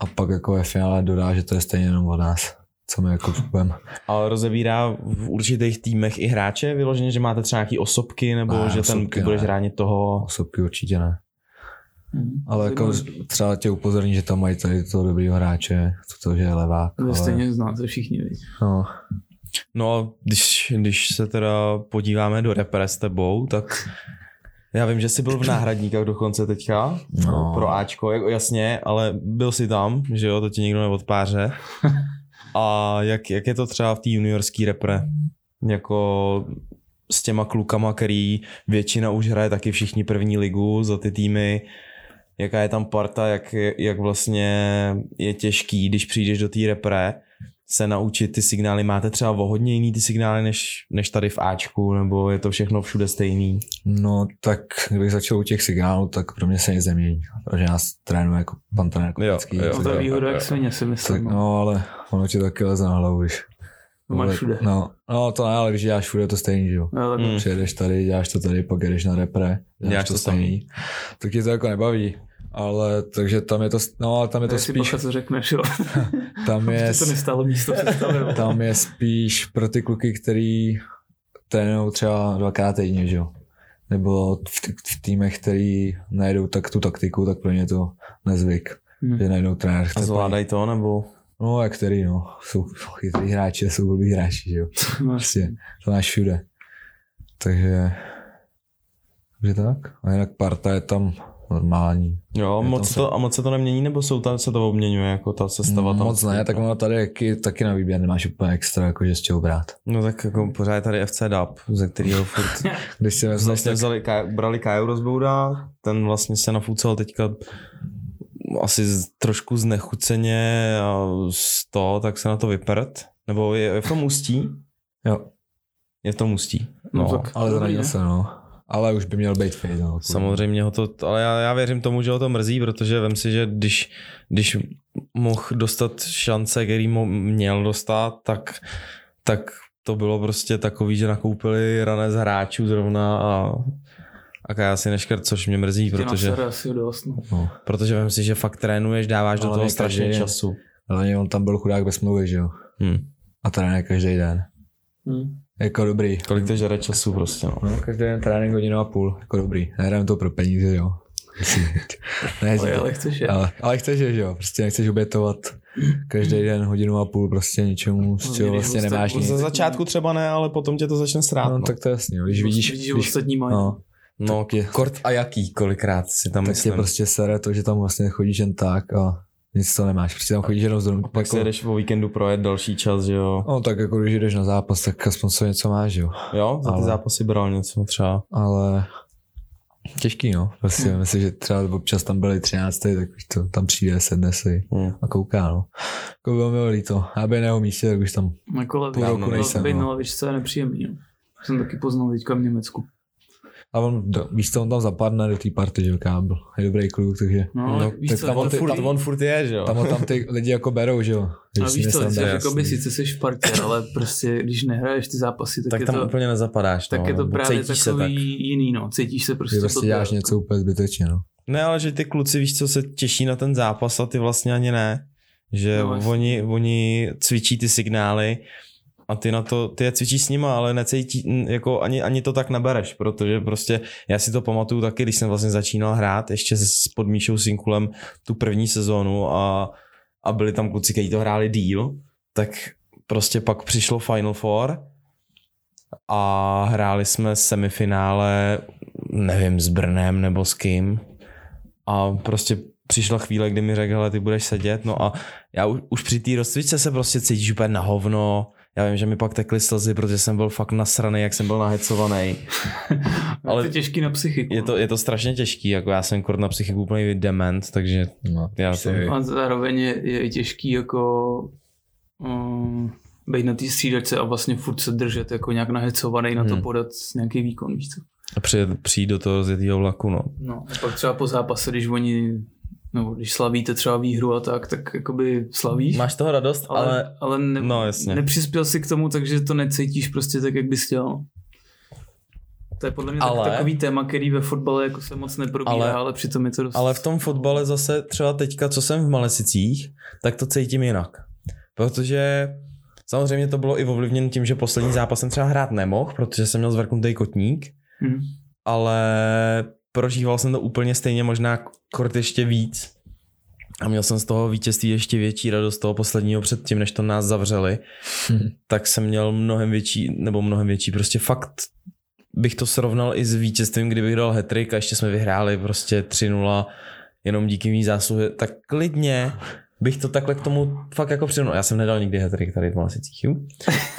B: a pak jako ve finále dodá, že to je stejně jenom od nás. Co my jako kupujeme.
D: Ale rozebírá v určitých týmech i hráče vyloženě, že máte třeba nějaký osobky, nebo
B: Ne,
D: že
B: osobky
D: ten
B: ne.
D: budeš ránit toho.
B: Osobky určitě ne.
C: Mhm.
B: Ale jako třeba tě upozorní, že tam mají tady toho dobrýho hráče, to, to že je levák.
C: Vy
B: ale-
C: No, stejně znáte všichni, viď?
B: No,
D: No a když, když se teda podíváme do repre s tebou, tak já vím, že jsi byl v náhradníkách dokonce teďka
B: No.
D: pro Ačko, jako jasně, ale byl jsi tam, že jo, to ti nikdo neodpáře. A jak, jak je to třeba v té juniorské repre? Jako s těma klukama, který většina už hraje taky všichni první ligu za ty týmy, jaká je tam parta, jak, jak vlastně je těžký, když přijdeš do té repre, se naučit ty signály. Máte třeba o hodně jiný ty signály, než, než tady v Ačku, nebo je to všechno všude stejný?
B: no, tak když začal u těch signálů, tak pro mě se nic nemění, protože nás trénuje jako pan trenér Kopecký.
C: No to je výhoda jak svině si
B: Tak,
C: myslím. no.
B: no, ale ono ti taky leze na hlavu, když...
C: To máš všude.
B: No, no, to ne, ale když děláš všude, to stejný, že jo.
C: Jo, No, tak
D: Mm.
B: Přijedeš tady, děláš to tady, pak jedeš na repre,
D: Děláš
B: Hmm. děláš to,
D: to
B: stejný. Tak ti to jako nebaví. Ale takže tam je to, no ale tam je to
C: tak si
B: spíš,
C: pacha, co
B: <laughs>
C: řekneš, jo. <laughs>
B: tam je,
C: Yes. to nestálo místo, se stavilo.
B: tam je spíš pro ty kluky, který trénují třeba dvakrát týdně, že jo. Nebo v, t- v týmech, který najdou tak tu taktiku, tak pro ně je to nezvyk.
C: Hmm.
B: Že najdou trenér,
D: A
B: chce
D: zvládají to, nebo?
B: No, jak který, no. Jsou chytrý hráči a jsou blbý hráči, že jo.
C: <laughs> Máš-
B: Prostě, to máš všude. Takže, takže tak. A jinak parta je tam normální.
D: Jo,
B: Je
D: moc
B: tam
D: se to, a moc se to nemění, nebo jsou tam, se to obměňuje, jako ta sestava tam?
B: Hmm,
D: no.
B: Moc ne, tak ono tady taky, taky na výběr nemáš úplně extra, jakože z čeho brát.
D: No tak jako pořád je tady FC DAP, ze kterého furt
B: Když si vezmeš,
D: vlastně
B: tak
D: vzali, Kaj, brali Kaju Rozbouda, ten vlastně se nafucal teďka asi z, trošku znechuceně a z toho, tak se na to vyprt. Nebo je, je v tom ústí?
B: Jo.
D: Je v tom ústí.
C: No,
D: No,
C: tak
B: ale
C: dobrý,
B: zranil
C: ne?
B: se, no. Ale už by měl být fit,
D: Hm.
B: no.
D: Samozřejmě ho to, ale já, já věřím tomu, že ho to mrzí, protože vem si, že když, když mohl dostat šance, který mu měl dostat, tak, tak to bylo prostě takový, že nakoupili ranec hráčů zrovna a, a Kaja si neškrt, což mě mrzí,
C: Tě
D: protože,
C: nasere asi dost, no.
B: No.
D: protože vem si, že fakt trénuješ, dáváš do
B: Ale
D: toho
B: ne každý
D: strašně
B: den.
D: času.
B: Ale on tam byl chudák bez smlouvy, že jo.
D: Hm.
B: A trénuje každý den.
C: Hm.
B: Jako dobrý.
D: Kolik to žere času prostě, no.
B: No, každý den trénink hodinu a půl, jako dobrý. Nehrám to pro peníze, jo. <laughs> ne, ale,
C: Ale, ale chceš je.
B: ale, ale, chceš, že jo, prostě nechceš obětovat každý den hodinu a půl prostě ničemu, z
C: No,
B: čeho
C: když
B: vlastně
C: zůsta-
B: nemáš nic.
C: zůsta-
D: Ze začátku třeba ne, ale potom tě to začne srát.
B: No, tak to je jasný, jo. když vidíš,
C: Prostě vidíš, že
B: když,
C: ostatní mají.
B: no,
D: no kort a jaký, kolikrát si tam
B: tak tě
D: myslím.
B: prostě sere to, že tam vlastně chodíš jen tak a nic to nemáš, prostě tam chodíš jenom jako- zrovna.
D: A pak si jdeš po víkendu projet další čas, že jo.
B: No tak jako když jdeš na zápas, tak aspoň co něco máš, jo.
D: Jo, za ty
B: Ale-
D: zápasy bral něco třeba.
B: Ale těžký, no. Prostě hmm. myslím, že třeba občas tam byli 13, tak už to tam přijde, sedne si
D: Hm.
B: a kouká, no. Jako bylo mi ho líto. A by na jeho místě, tak už tam
C: Na kole
B: Půl roku nejsem,
C: být
B: no.
C: na lavičce je nepříjemný. jo. Jsem taky poznal teďka v Německu.
B: A on, do, víš co, on tam zapadne do té party, že jo, kábel. Je dobrý kluk, takže
C: No,
B: No,
C: ale víš
B: tak
C: co,
B: tam
C: jako
B: on
C: ty-
B: furt-
C: ty-
D: On furt je, že jo.
B: tam ho tam ty lidi jako berou, že jo.
C: A víš co, ty jsi
D: nesranda,
C: jako by sice jsi v partě, ale prostě když nehraješ ty zápasy, tak,
D: tak
C: je
D: tam
C: to,
D: úplně nezapadáš.
C: tak
D: no,
C: je to
D: nebo
C: právě
D: cítíš se tak.
C: takový jiný, no. Cítíš se prostě
B: Že prostě děláš něco úplně zbytečně, no.
D: Ne, ale že ty kluci, víš co, se těší na ten zápas a ty vlastně ani ne. Že
C: No,
D: no,
C: jasně.
D: oni, oni cvičí ty signály a ty na to, ty je cvičíš s nima, ale necítí, n- jako ani, ani to tak nebereš, protože prostě já si to pamatuju taky, když jsem vlastně začínal hrát ještě s s pod Míšou Sinkulem tu první sezónu a, a byli tam kluci, kteří to hráli díl, tak prostě pak přišlo Final Four a hráli jsme semifinále, nevím, s Brnem nebo s kým a prostě přišla chvíle, kdy mi řekl, hele, ty budeš sedět, no a já už, už při té rozcvičce se prostě cítíš úplně na hovno, já vím, že mi pak tekly slzy, protože jsem byl fakt nasraný, jak jsem byl nahecovaný.
C: ale...
D: ale-
C: Je to těžký na psychiku.
D: Je to, je to strašně těžký, jako já jsem kort na psychiku úplně dement, takže
B: no.
D: já
B: Jsi-
D: jsem...
C: no. A zároveň je, je i těžký jako um, být na té střídačce a vlastně furt se držet jako nějak nahecovaný na to
D: Hmm.
C: podat nějaký výkon, víš co.
D: A přijít, přijít do toho rozjetého vlaku, no.
C: No, a pak třeba po zápase, když oni, nebo když slavíte třeba výhru a tak, tak jakoby slavíš.
D: Máš toho radost,
C: ale,
D: ale...
C: ale, ale ne,
D: No jasně.
C: nepřispěl si k tomu, takže to necítíš prostě tak, jak bys chtěl. To je podle mě ale...
D: Ale-
C: takový téma, který ve fotbale jako se moc neprobírá, ale,
D: Ale-
C: ale přitom je to dost...
D: Ale v tom fotbale zase třeba teďka, co jsem v Malesicích, tak to cítím jinak. Protože samozřejmě to bylo i ovlivněno tím, že poslední zápas jsem třeba hrát nemohl, protože jsem měl zvrknutý kotník,
C: Hmm.
D: ale prožíval jsem to úplně stejně, možná kort ještě víc. A měl jsem z toho vítězství ještě větší radost toho posledního předtím, než to nás zavřeli. tak jsem měl mnohem větší, nebo mnohem větší, prostě fakt bych to srovnal i s vítězstvím, kdybych dal hetrik a ještě jsme vyhráli prostě 3-0 jenom díky mý zásluhy, tak klidně bych to takhle k tomu fakt jako přirovnal. Já jsem nedal nikdy hetrik tady v Malesicích, jo?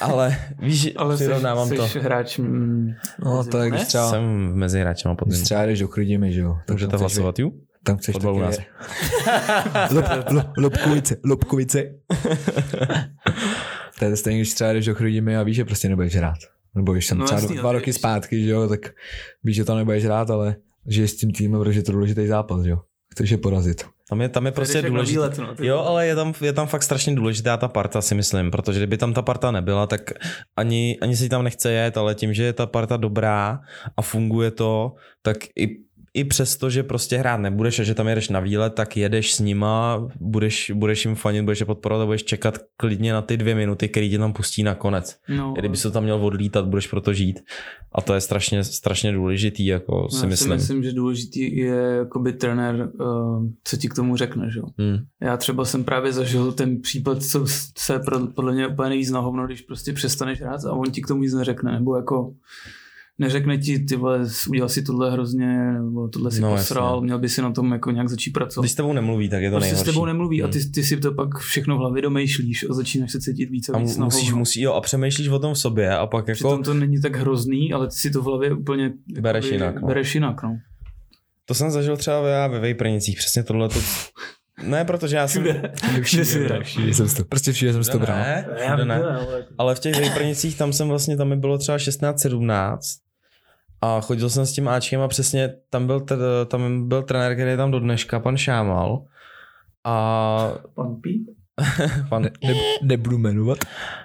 D: ale víš, ale
C: jsi,
D: přirovnávám
C: jsi
D: to.
C: hráč... Mm,
B: No, to je,
C: Ne?
B: když třeba,
D: Jsem mezi hráčema pod
B: když třeba jdeš do Chrudimi, že jo. tam
D: Můžete
B: chceš
D: hlasovat, jo?
B: být- Tam chceš
D: Fotbal u nás.
B: <laughs> taky... Lob- lo- Lobkovice, lobkovice.
D: <laughs>
B: To je to stejně, když třeba jdeš do Chrudimi a víš, že prostě nebudeš hrát. Nebo když jsem
C: No
B: no, třeba
C: jasný,
B: dva
C: ale
B: roky
C: když-
B: zpátky, že jo, tak víš, že tam nebudeš hrát, ale že s tím týmem, protože je to důležitý zápas, že jo. Chceš je porazit.
D: Tam je, tam je prostě důležité.
C: Výlet, no, ty-
D: Jo, ale je tam, je tam fakt strašně důležitá ta parta, si myslím, protože kdyby tam ta parta nebyla, tak ani, ani si tam nechce jet, ale tím, že je ta parta dobrá a funguje to, tak i, i přesto, že prostě hrát nebudeš a že tam jedeš na výlet, tak jedeš s nima, budeš, budeš jim fanit, budeš je podporovat a budeš čekat klidně na ty dvě minuty, který tě tam pustí na konec.
C: No,
D: I kdyby se to tam měl odlítat, budeš proto žít. A to je strašně, strašně důležitý, jako
C: No, já
D: si myslím.
C: myslím, že důležitý je jakoby trenér, uh, co ti k tomu řekne, že jo.
D: Hmm.
C: Já třeba jsem právě zažil ten případ, co se pro- podle mě úplně nejvíc na hovno, když prostě přestaneš hrát a on ti k tomu nic neřekne, nebo jako neřekne ti, ty vole, udělal si tohle hrozně, nebo tohle si
D: No,
C: no,
D: jasně.
C: posral, jasně. měl by si na tom jako nějak začít pracovat.
D: Když s tebou nemluví, tak je to
C: prostě
D: nejhorší. Hmm.
C: s tebou nemluví a ty, ty si to pak všechno v hlavě domýšlíš a začínáš se cítit více
D: a
C: víc
D: mu-
C: na
D: musíš,
C: hovno.
D: musí, jo, a přemýšlíš o tom v sobě a pak jako,
C: Přitom to není tak hrozný, ale ty si to v hlavě úplně jakoby
D: Bereš jinak, no.
C: Bereš jinak, no.
D: to jsem zažil třeba já ve Vejprnicích, přesně tohle to, ne, protože já jsem,
C: Všude. Všude si bral.
B: Všude jsem si to, prostě všude jsem si to bral.
D: ne, všude ne,
C: jako
D: Ale v těch vejprnicích tam jsem vlastně, tam mi bylo třeba 16-17 a chodil jsem s tím Ačkem a přesně tam byl, tr- tam byl trenér, který je tam do dneška, pan Šámal. A
C: Pan Pít?
D: pan,
B: Ne, nebudu jmenovat.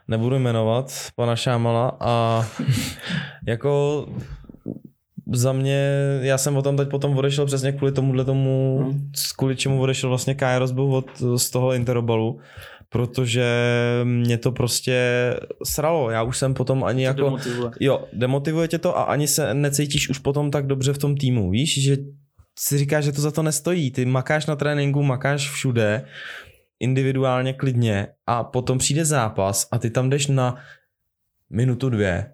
D: nebudu jmenovat pana Šámala a jako za mě, já jsem o tom teď potom odešel přesně kvůli tomuhle tomu,
C: Hmm.
D: kvůli čemu odešel vlastně Kairos byl od, z toho Interobalu, protože mě to prostě sralo, já už jsem potom ani jako...
C: Demotivuje.
D: Jo, demotivuje tě to a ani se necítíš už potom tak dobře v tom týmu, víš, že si říkáš, že to za to nestojí, ty makáš na tréninku, makáš všude, individuálně klidně a potom přijde zápas a ty tam jdeš na minutu dvě.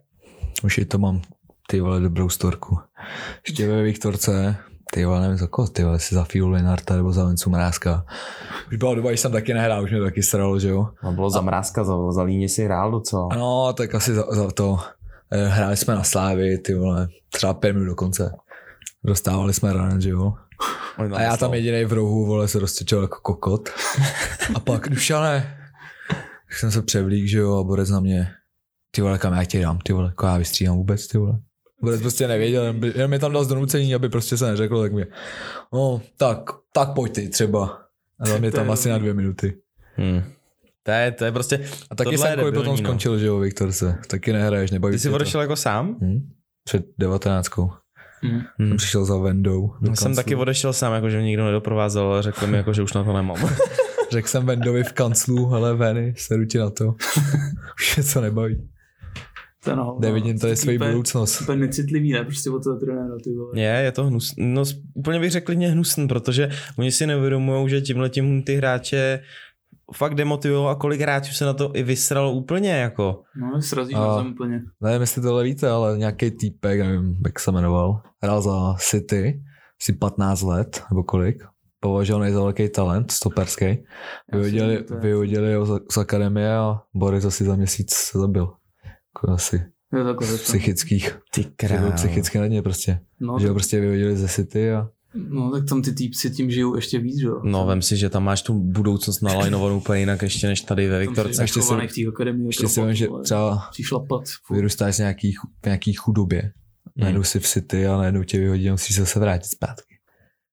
B: Už je to mám, ty vole, dobrou storku. Ještě ve Viktorce, ty vole, nevím za koho, ty vole, si za Fiu Linarta nebo za Vencu Mrázka. Už byla doba, když jsem taky nehrál, už mě to taky stralo, že jo.
D: A No, bylo zamrázka, za, za líně si hrál docela.
B: Ano, tak asi za, za to. eh, Hráli jsme na Slávy, ty vole, třeba pět minut dokonce. Dostávali jsme ran, že jo.
D: No,
B: A já tam jediný v rohu, vole, se rozcvičil jako kokot. A pak Dušané. Tak jsem se převlík, že jo, a Borec na mě. Ty vole, kam já tě dám, ty vole, jako já vystříhám vůbec, ty vole. Borec prostě nevěděl, jenom by- jenom mi tam dal zdonucení, aby prostě se neřeklo, tak mě, no, tak, tak pojď ty třeba. A dal mě
C: To je
B: tam asi
C: dobrý.
B: na dvě minuty.
D: Hmm. To je, to je prostě,
B: A taky
D: Tohle je
B: jsem potom
D: debilní, no.
B: skončil, že jo, Viktor se. Taky nehraješ, nebaví
D: ty jsi
B: tě to.
D: odešel jako sám?
B: Hm? Před devatenáctkou.
C: Hm.
D: Hm.
B: Jsem přišel za Vendou. do
D: Já jsem
B: kanclu.
D: taky odešel sám, jako že mě nikdo nedoprovázel, ale řekl mi, jako, že už na to nemám.
B: Řekl jsem Vendovi v kanclu, hele Veny, sedu ti na to. <laughs> Už mě to nebaví.
C: To je na hovno.
B: Nevidím, to je
C: Jsi
B: svoji
C: úplně-
B: budoucnost.
C: Úplně necitlivý, ne? Prostě od toho trenéra, ty vole.
D: Je, je to hnusný. No, s- úplně bych řekl klidně hnusný, protože oni si neuvědomují, že tímhle tím ty hráče fakt demotivují a kolik hráčů se na to i vysralo úplně jako.
C: No, srazíš
B: A-
C: na zem úplně.
B: Nevím, jestli tohle víte, ale nějaký týpek, nevím, jak se jmenoval, hrál za City, asi 15 let, nebo kolik, považovaný za velký talent, stoperský.
C: Já
B: Vyhodili,
C: si to-
B: vyhodili ho z, z akademie a Boris asi za měsíc se zabil. Jako asi
C: Jo, takhle.
B: z psychických.
D: Ty
B: Že byl psychicky na ně prostě.
C: No,
B: Že ho prostě vyhodili ze City a
C: no, tak tam ty týpci tím žijou ještě víc, že jo?
D: No, vem si, že tam máš tu budoucnost nalajnovanou úplně jinak ještě než tady ve Viktorce.
B: ještě
C: ještě
B: si-
C: se... v té akademii. jako
B: ještě si vím, že třeba
C: Přišla pat.
B: vyrůstáš z nějaký, chu- v nějaký chudobě. Najednou Mm. si v City a najednou tě vyhodí a musíš se zase vrátit zpátky.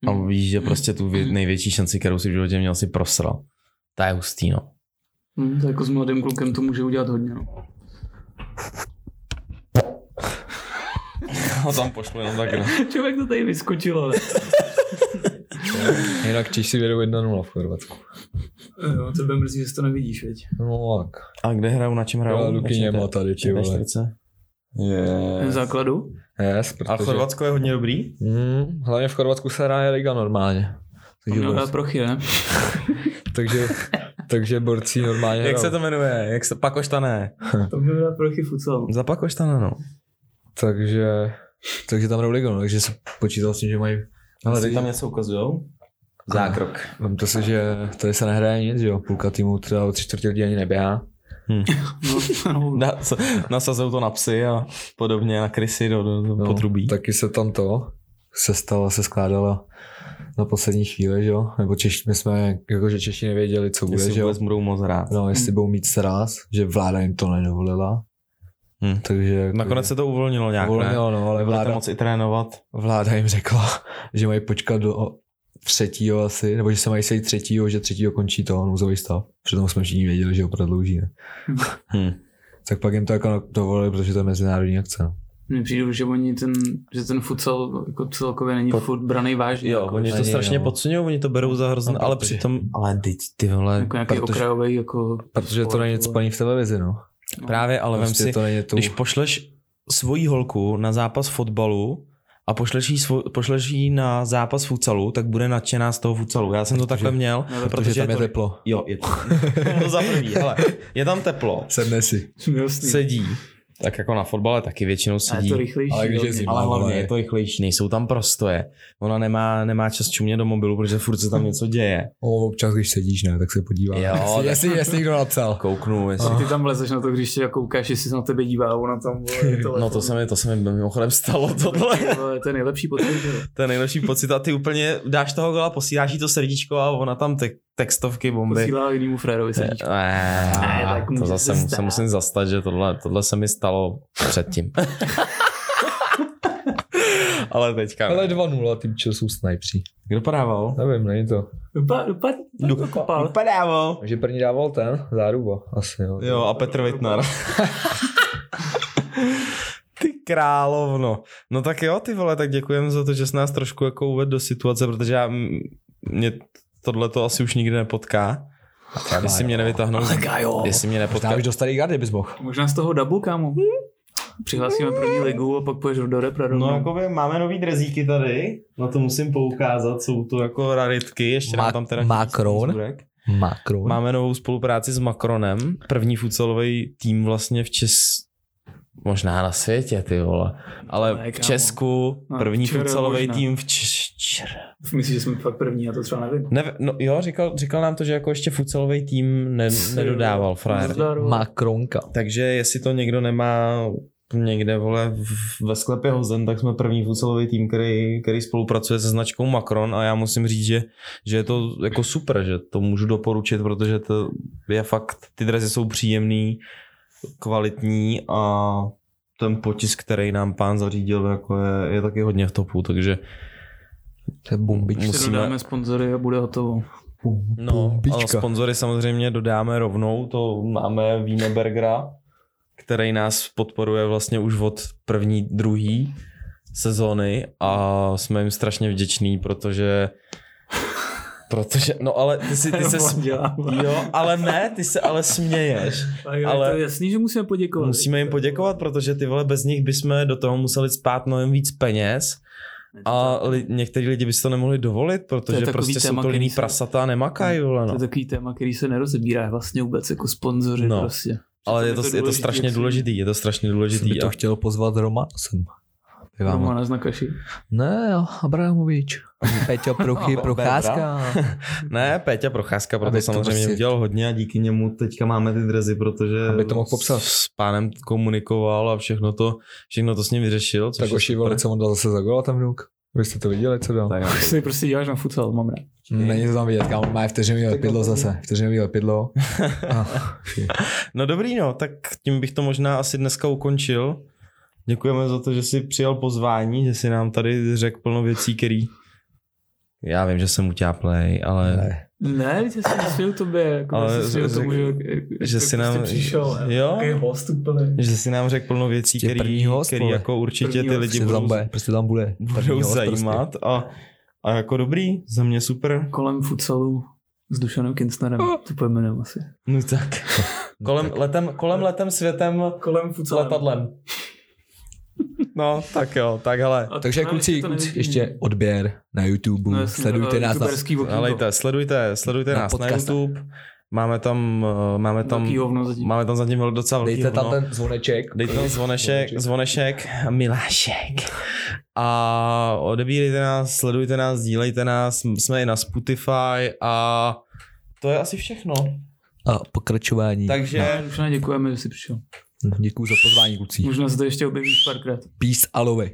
D: A víš, že prostě tu vě- největší šanci, kterou si v životě měl, si prosral. Ta je hustý, no.
C: Hm, to jako s mladým klukem to může udělat hodně, no.
D: Ho tam pošlu jenom tak.
C: Člověk to tady vyskočil, ale...
B: Jinak Češi vedou 1-0 v Chorvatsku.
C: jo, to by Eh, no, mrzí, že to nevidíš, veď.
B: No tak.
D: A kde hrajou, na čem hrajou?
B: Já Luky nemá tady, ty vole.
C: Ten
B: Yes.
C: základu?
B: yes protože...
D: A Chorvatsko je hodně dobrý?
B: Hmm, hlavně v Chorvatsku se hraje liga normálně.
C: Tam
B: Takže,
D: No,
C: měl dát
B: borci,
C: prochy, ne?
B: takže, takže borci
D: <laughs>
B: normálně
D: Jak
B: hrajou.
D: se to jmenuje? Jak se pakoštané?
C: Tam měl dát prochy futsal.
D: Za pakoštané, no.
B: Takže, takže tam hrajou ligu, no, takže se počítal s tím, že mají...
D: Ale
B: Ale
D: teď
B: teď-
D: tam něco ukazujou? Zákrok.
B: Vemte si, že tady se nehraje nic, že jo, půlka týmu třeba o tři čtvrtě lidí ani neběhá.
C: No, no,
D: Na, co- nasazou to na psy a podobně, na krysy do, do, do
B: No,
D: potrubí.
B: Taky se tam to se stalo, se skládalo na poslední chvíli, že jo, nebo Češi, my jsme, jakože Češi nevěděli, co bude,
D: Jestli
B: že jo.
D: vůbec budou moc hrát.
B: No, jestli budou mít sraz, že vláda jim to nedovolila. Hmm.
D: Hm.
B: Takže jako,
D: Nakonec se to uvolnilo nějak, ne?
B: volnilo, no, ale
D: Budete
B: vláda,
D: moc i trénovat.
B: vláda jim řekla, <laughs> že mají počkat do třetího asi, nebo že se mají sejít třetího, že třetího končí to nouzový stav. Přitom jsme všichni věděli, že ho prodlouží. Ne?
D: Hm.
B: Tak pak jim to jako dovolili, protože to je mezinárodní akce. No.
C: Mně přijde, že oni ten, že ten futsal jako celkově není
D: Po-
C: furt braný vážně.
D: Jo,
C: jako,
D: oni to
B: ani,
D: strašně
B: jo.
D: podsuňují, oni to berou za hrozné,
B: No,
D: ale
B: protože-
D: přitom, ale teď ty vole,
C: jako nějaký
B: protože-
C: okrajový, jako...
B: Protože to
C: sport,
B: není nic
C: vole.
B: paní v televizi, no.
C: No.
D: právě, ale vem
B: prostě
D: si,
B: to není tu.
D: když pošleš svoji holku na zápas fotbalu a pošleš jí, svo, pošleš jí na zápas futsalu, tak bude nadšená z toho futsalu. Já jsem to takhle měl,
C: No,
D: protože,
B: protože tam je
D: to, <laughs> No,
B: teplo.
D: Jo, je to, to za prvý, hele, je tam teplo,
B: Sedne si.
C: Jasný.
D: sedí, Tak jako na fotbale taky většinou
C: A
D: sedí. No,
C: je to rychlejší.
B: Ale když je
C: hodně.
B: zima.
D: Ale
B: vole.
D: hlavně je to rychlejší, nejsou tam prostoje. Ona nemá, nemá čas čumět do mobilu, protože furt se tam něco děje.
B: O, občas, když sedíš, ne, tak se podívám.
D: Jo,
B: jestli,
D: tak-
B: jestli, jestli někdo napsal.
D: Kouknu, jestli...
C: Ty tam lezeš na to, když tě jako ukážeš, jestli se na tebe dívá, a ona tam vole,
D: <laughs>
C: to
D: No to se mi, to se mi mimochodem stalo tohle.
C: <laughs> Vole, to je nejlepší pocit.
D: <laughs>
C: že jo.
D: To je nejlepší pocit a ty úplně dáš toho gola, posíláš jí to srdíčko a ona tam te- textovky, bomby.
C: Posílá jinému frérovi srdíčko. Ne,
D: Eee,
C: tak může
D: to zase
C: se
D: mu- se
C: stát.
D: musím zastat, že tohle, tohle se mi stalo
C: <laughs>
D: předtím. Ale teďka.
B: Ale
D: ne.
B: 2-0, tím čil jsou snajpři.
D: Kdo podával?
B: Nevím, není to.
C: Dopa- dopa- to kopal.
D: Podával.
B: Že první dával ten, záruba, asi jo.
D: Jo, a Petr Vitnar. <laughs> ty královno. No tak jo, ty vole, tak děkujeme za to, že jsi nás trošku jako uvedl do situace, protože já, m- mě tohle to asi už nikdy nepotká. Jestli mě nevytáhnou,
B: Gajo.
D: jestli mě nepotká,
B: Možná už do starý gardy bys mohl.
C: Možná z toho dabu, kámo. Přihlásíme první ligu a pak půjdeš do repra rovnou.
D: No jakoby máme nový drezíky tady, na to musím poukázat, jsou to jako raritky, ještě
B: Ma-
D: nám tam teda
B: Macron?
D: chybí
B: Makro.
D: Máme novou spolupráci s Macronem, první futsalový tým vlastně v Čes... Možná na světě, ty vole.
C: Ne,
D: Ale v
C: No, kámo.
D: Česku
C: No,
D: první
C: včera
D: futsalový
C: možná.
D: tým v Č- Čr.
C: Myslíš, že jsme fakt první, já to třeba nevím.
D: Ne, no jo, říkal, říkal nám to, že jako ještě futsalový tým ne, nedodával frajer.
C: Nazdar, vole.
B: Makronka.
D: Takže jestli to někdo nemá někde, vole, v- ve sklepě hozen, tak jsme první futsalový tým, který, který spolupracuje se značkou Macron a já musím říct, že, že je to jako super, že to můžu doporučit, protože to je fakt, ty drezy jsou příjemný, kvalitní a ten potisk, který nám pán zařídil, jako je, je taky hodně v topu, takže
B: To je bombička.
C: Ještě
D: musíme,
C: dodáme sponzory a bude hotovo.
D: No, ale sponzory samozřejmě dodáme rovnou, to máme Wienerbergera, který nás podporuje vlastně už od první, druhý sezóny a jsme jim strašně vděční, protože protože, no ale ty si, ty
C: <laughs>
D: se sm- jo, ale ne, ty se ale směješ.
C: Ale...
D: ale-
C: To je jasný, že musíme poděkovat.
D: Musíme jim poděkovat, protože ty vole, bez nich bychom do toho museli spát mnohem víc peněz a li, některý lidi by si to nemohli dovolit, protože
C: takový
D: prostě jsou
C: téma,
D: to
C: který
D: líní
C: se-
D: prasata a nemakají, vole,
C: To
D: no.
C: je takový téma, který se nerozebírá vlastně vůbec jako sponzory
D: No.
C: prostě.
D: Ale je to, je to
C: důležitý,
D: strašně
C: jak si-
D: důležitý, je to strašně
B: Jsem by
D: důležitý.
B: to
D: A
B: chtěl pozvat Roma sem. Ty vám-
C: Romana
D: <laughs>
C: Znakaši.
B: Ne, jo, Abramovič. Peťo Prochy, Procházka.
D: ne, Péťa Procházka proto
B: Aby to
D: samozřejmě
B: prostě-
D: udělal hodně a díky němu teďka máme ty drezy, protože
B: Aby to mohl popsat.
D: s s pánem komunikoval a všechno to, všechno to s ním vyřešil. Což
B: Tak
D: je
B: oši vole,
D: super.
B: co on dal zase za gola tam vnuk. Vy jste to viděli, co dal?
D: Tak,
C: Ty prostě děláš na futsal, mám rád.
D: Mm.
B: Není to tam vidět, kámo, má vteřinový lepidlo zase. Vteřinový lepidlo. A, ši.
D: no dobrý, no, tak tím bych to možná asi dneska ukončil. Děkujeme za to, že jsi přijal pozvání, že jsi nám tady řekl plno věcí, který... Já vím, že jsem utáplej, <laughs> ale...
B: Ne.
C: Ne, já jsem nesvěl tobě, jako
D: Ale
C: já jsem svěl
D: řek-
C: tomu, že,
D: že si nám-
C: prostě přišel.
D: Jo.
C: Jaký host úplně.
D: Že jsi nám řekl plno věcí,
B: Prostě
D: který,
B: první host,
D: který
B: vole.
D: jako určitě ty
C: První
D: lidi
B: Prostě tam
D: budou,
B: bude, prostě tam bude.
D: budou
B: První host prostě.
D: zajímat a, a jako dobrý, za mě super.
C: Kolem futsalu s Dušanem Kinsnerem,
D: Oh.
C: to pojmenujeme asi.
D: No tak. <laughs> Kolem, letem, kolem letem světem
C: Kolem
D: s letadlem. No, tak jo, tak hele.
C: A
B: Takže
C: to nám
B: kluci,
C: No, to
B: kluci,
C: nevidíme.
B: ještě odběr na YouTube,
D: Hm,
C: No
B: no,
C: jasně,
B: sledujte
C: eh,
B: nás na
C: youtuberský okénko.
D: Helejte, sledujte, sledujte
B: Na
D: nás na
B: podcast.
D: YouTube. Máme tam, eh, máme tam,
C: Velký hovno zatím.
D: máme tam zatím docela velký
B: Dejte tam
D: hovno.
B: ten zvoneček.
D: no. Dejte tam zvonešek, zvonešek, milášek. A odebírejte nás, sledujte nás, dílejte nás, jsme i na Spotify a to je asi všechno.
B: A pokračování.
D: Takže
C: Dušana, děkujeme, že jsi přišel.
B: Děkuji za pozvání, kluci.
C: Možná se to ještě objevíš párkrát.
B: Peace a love.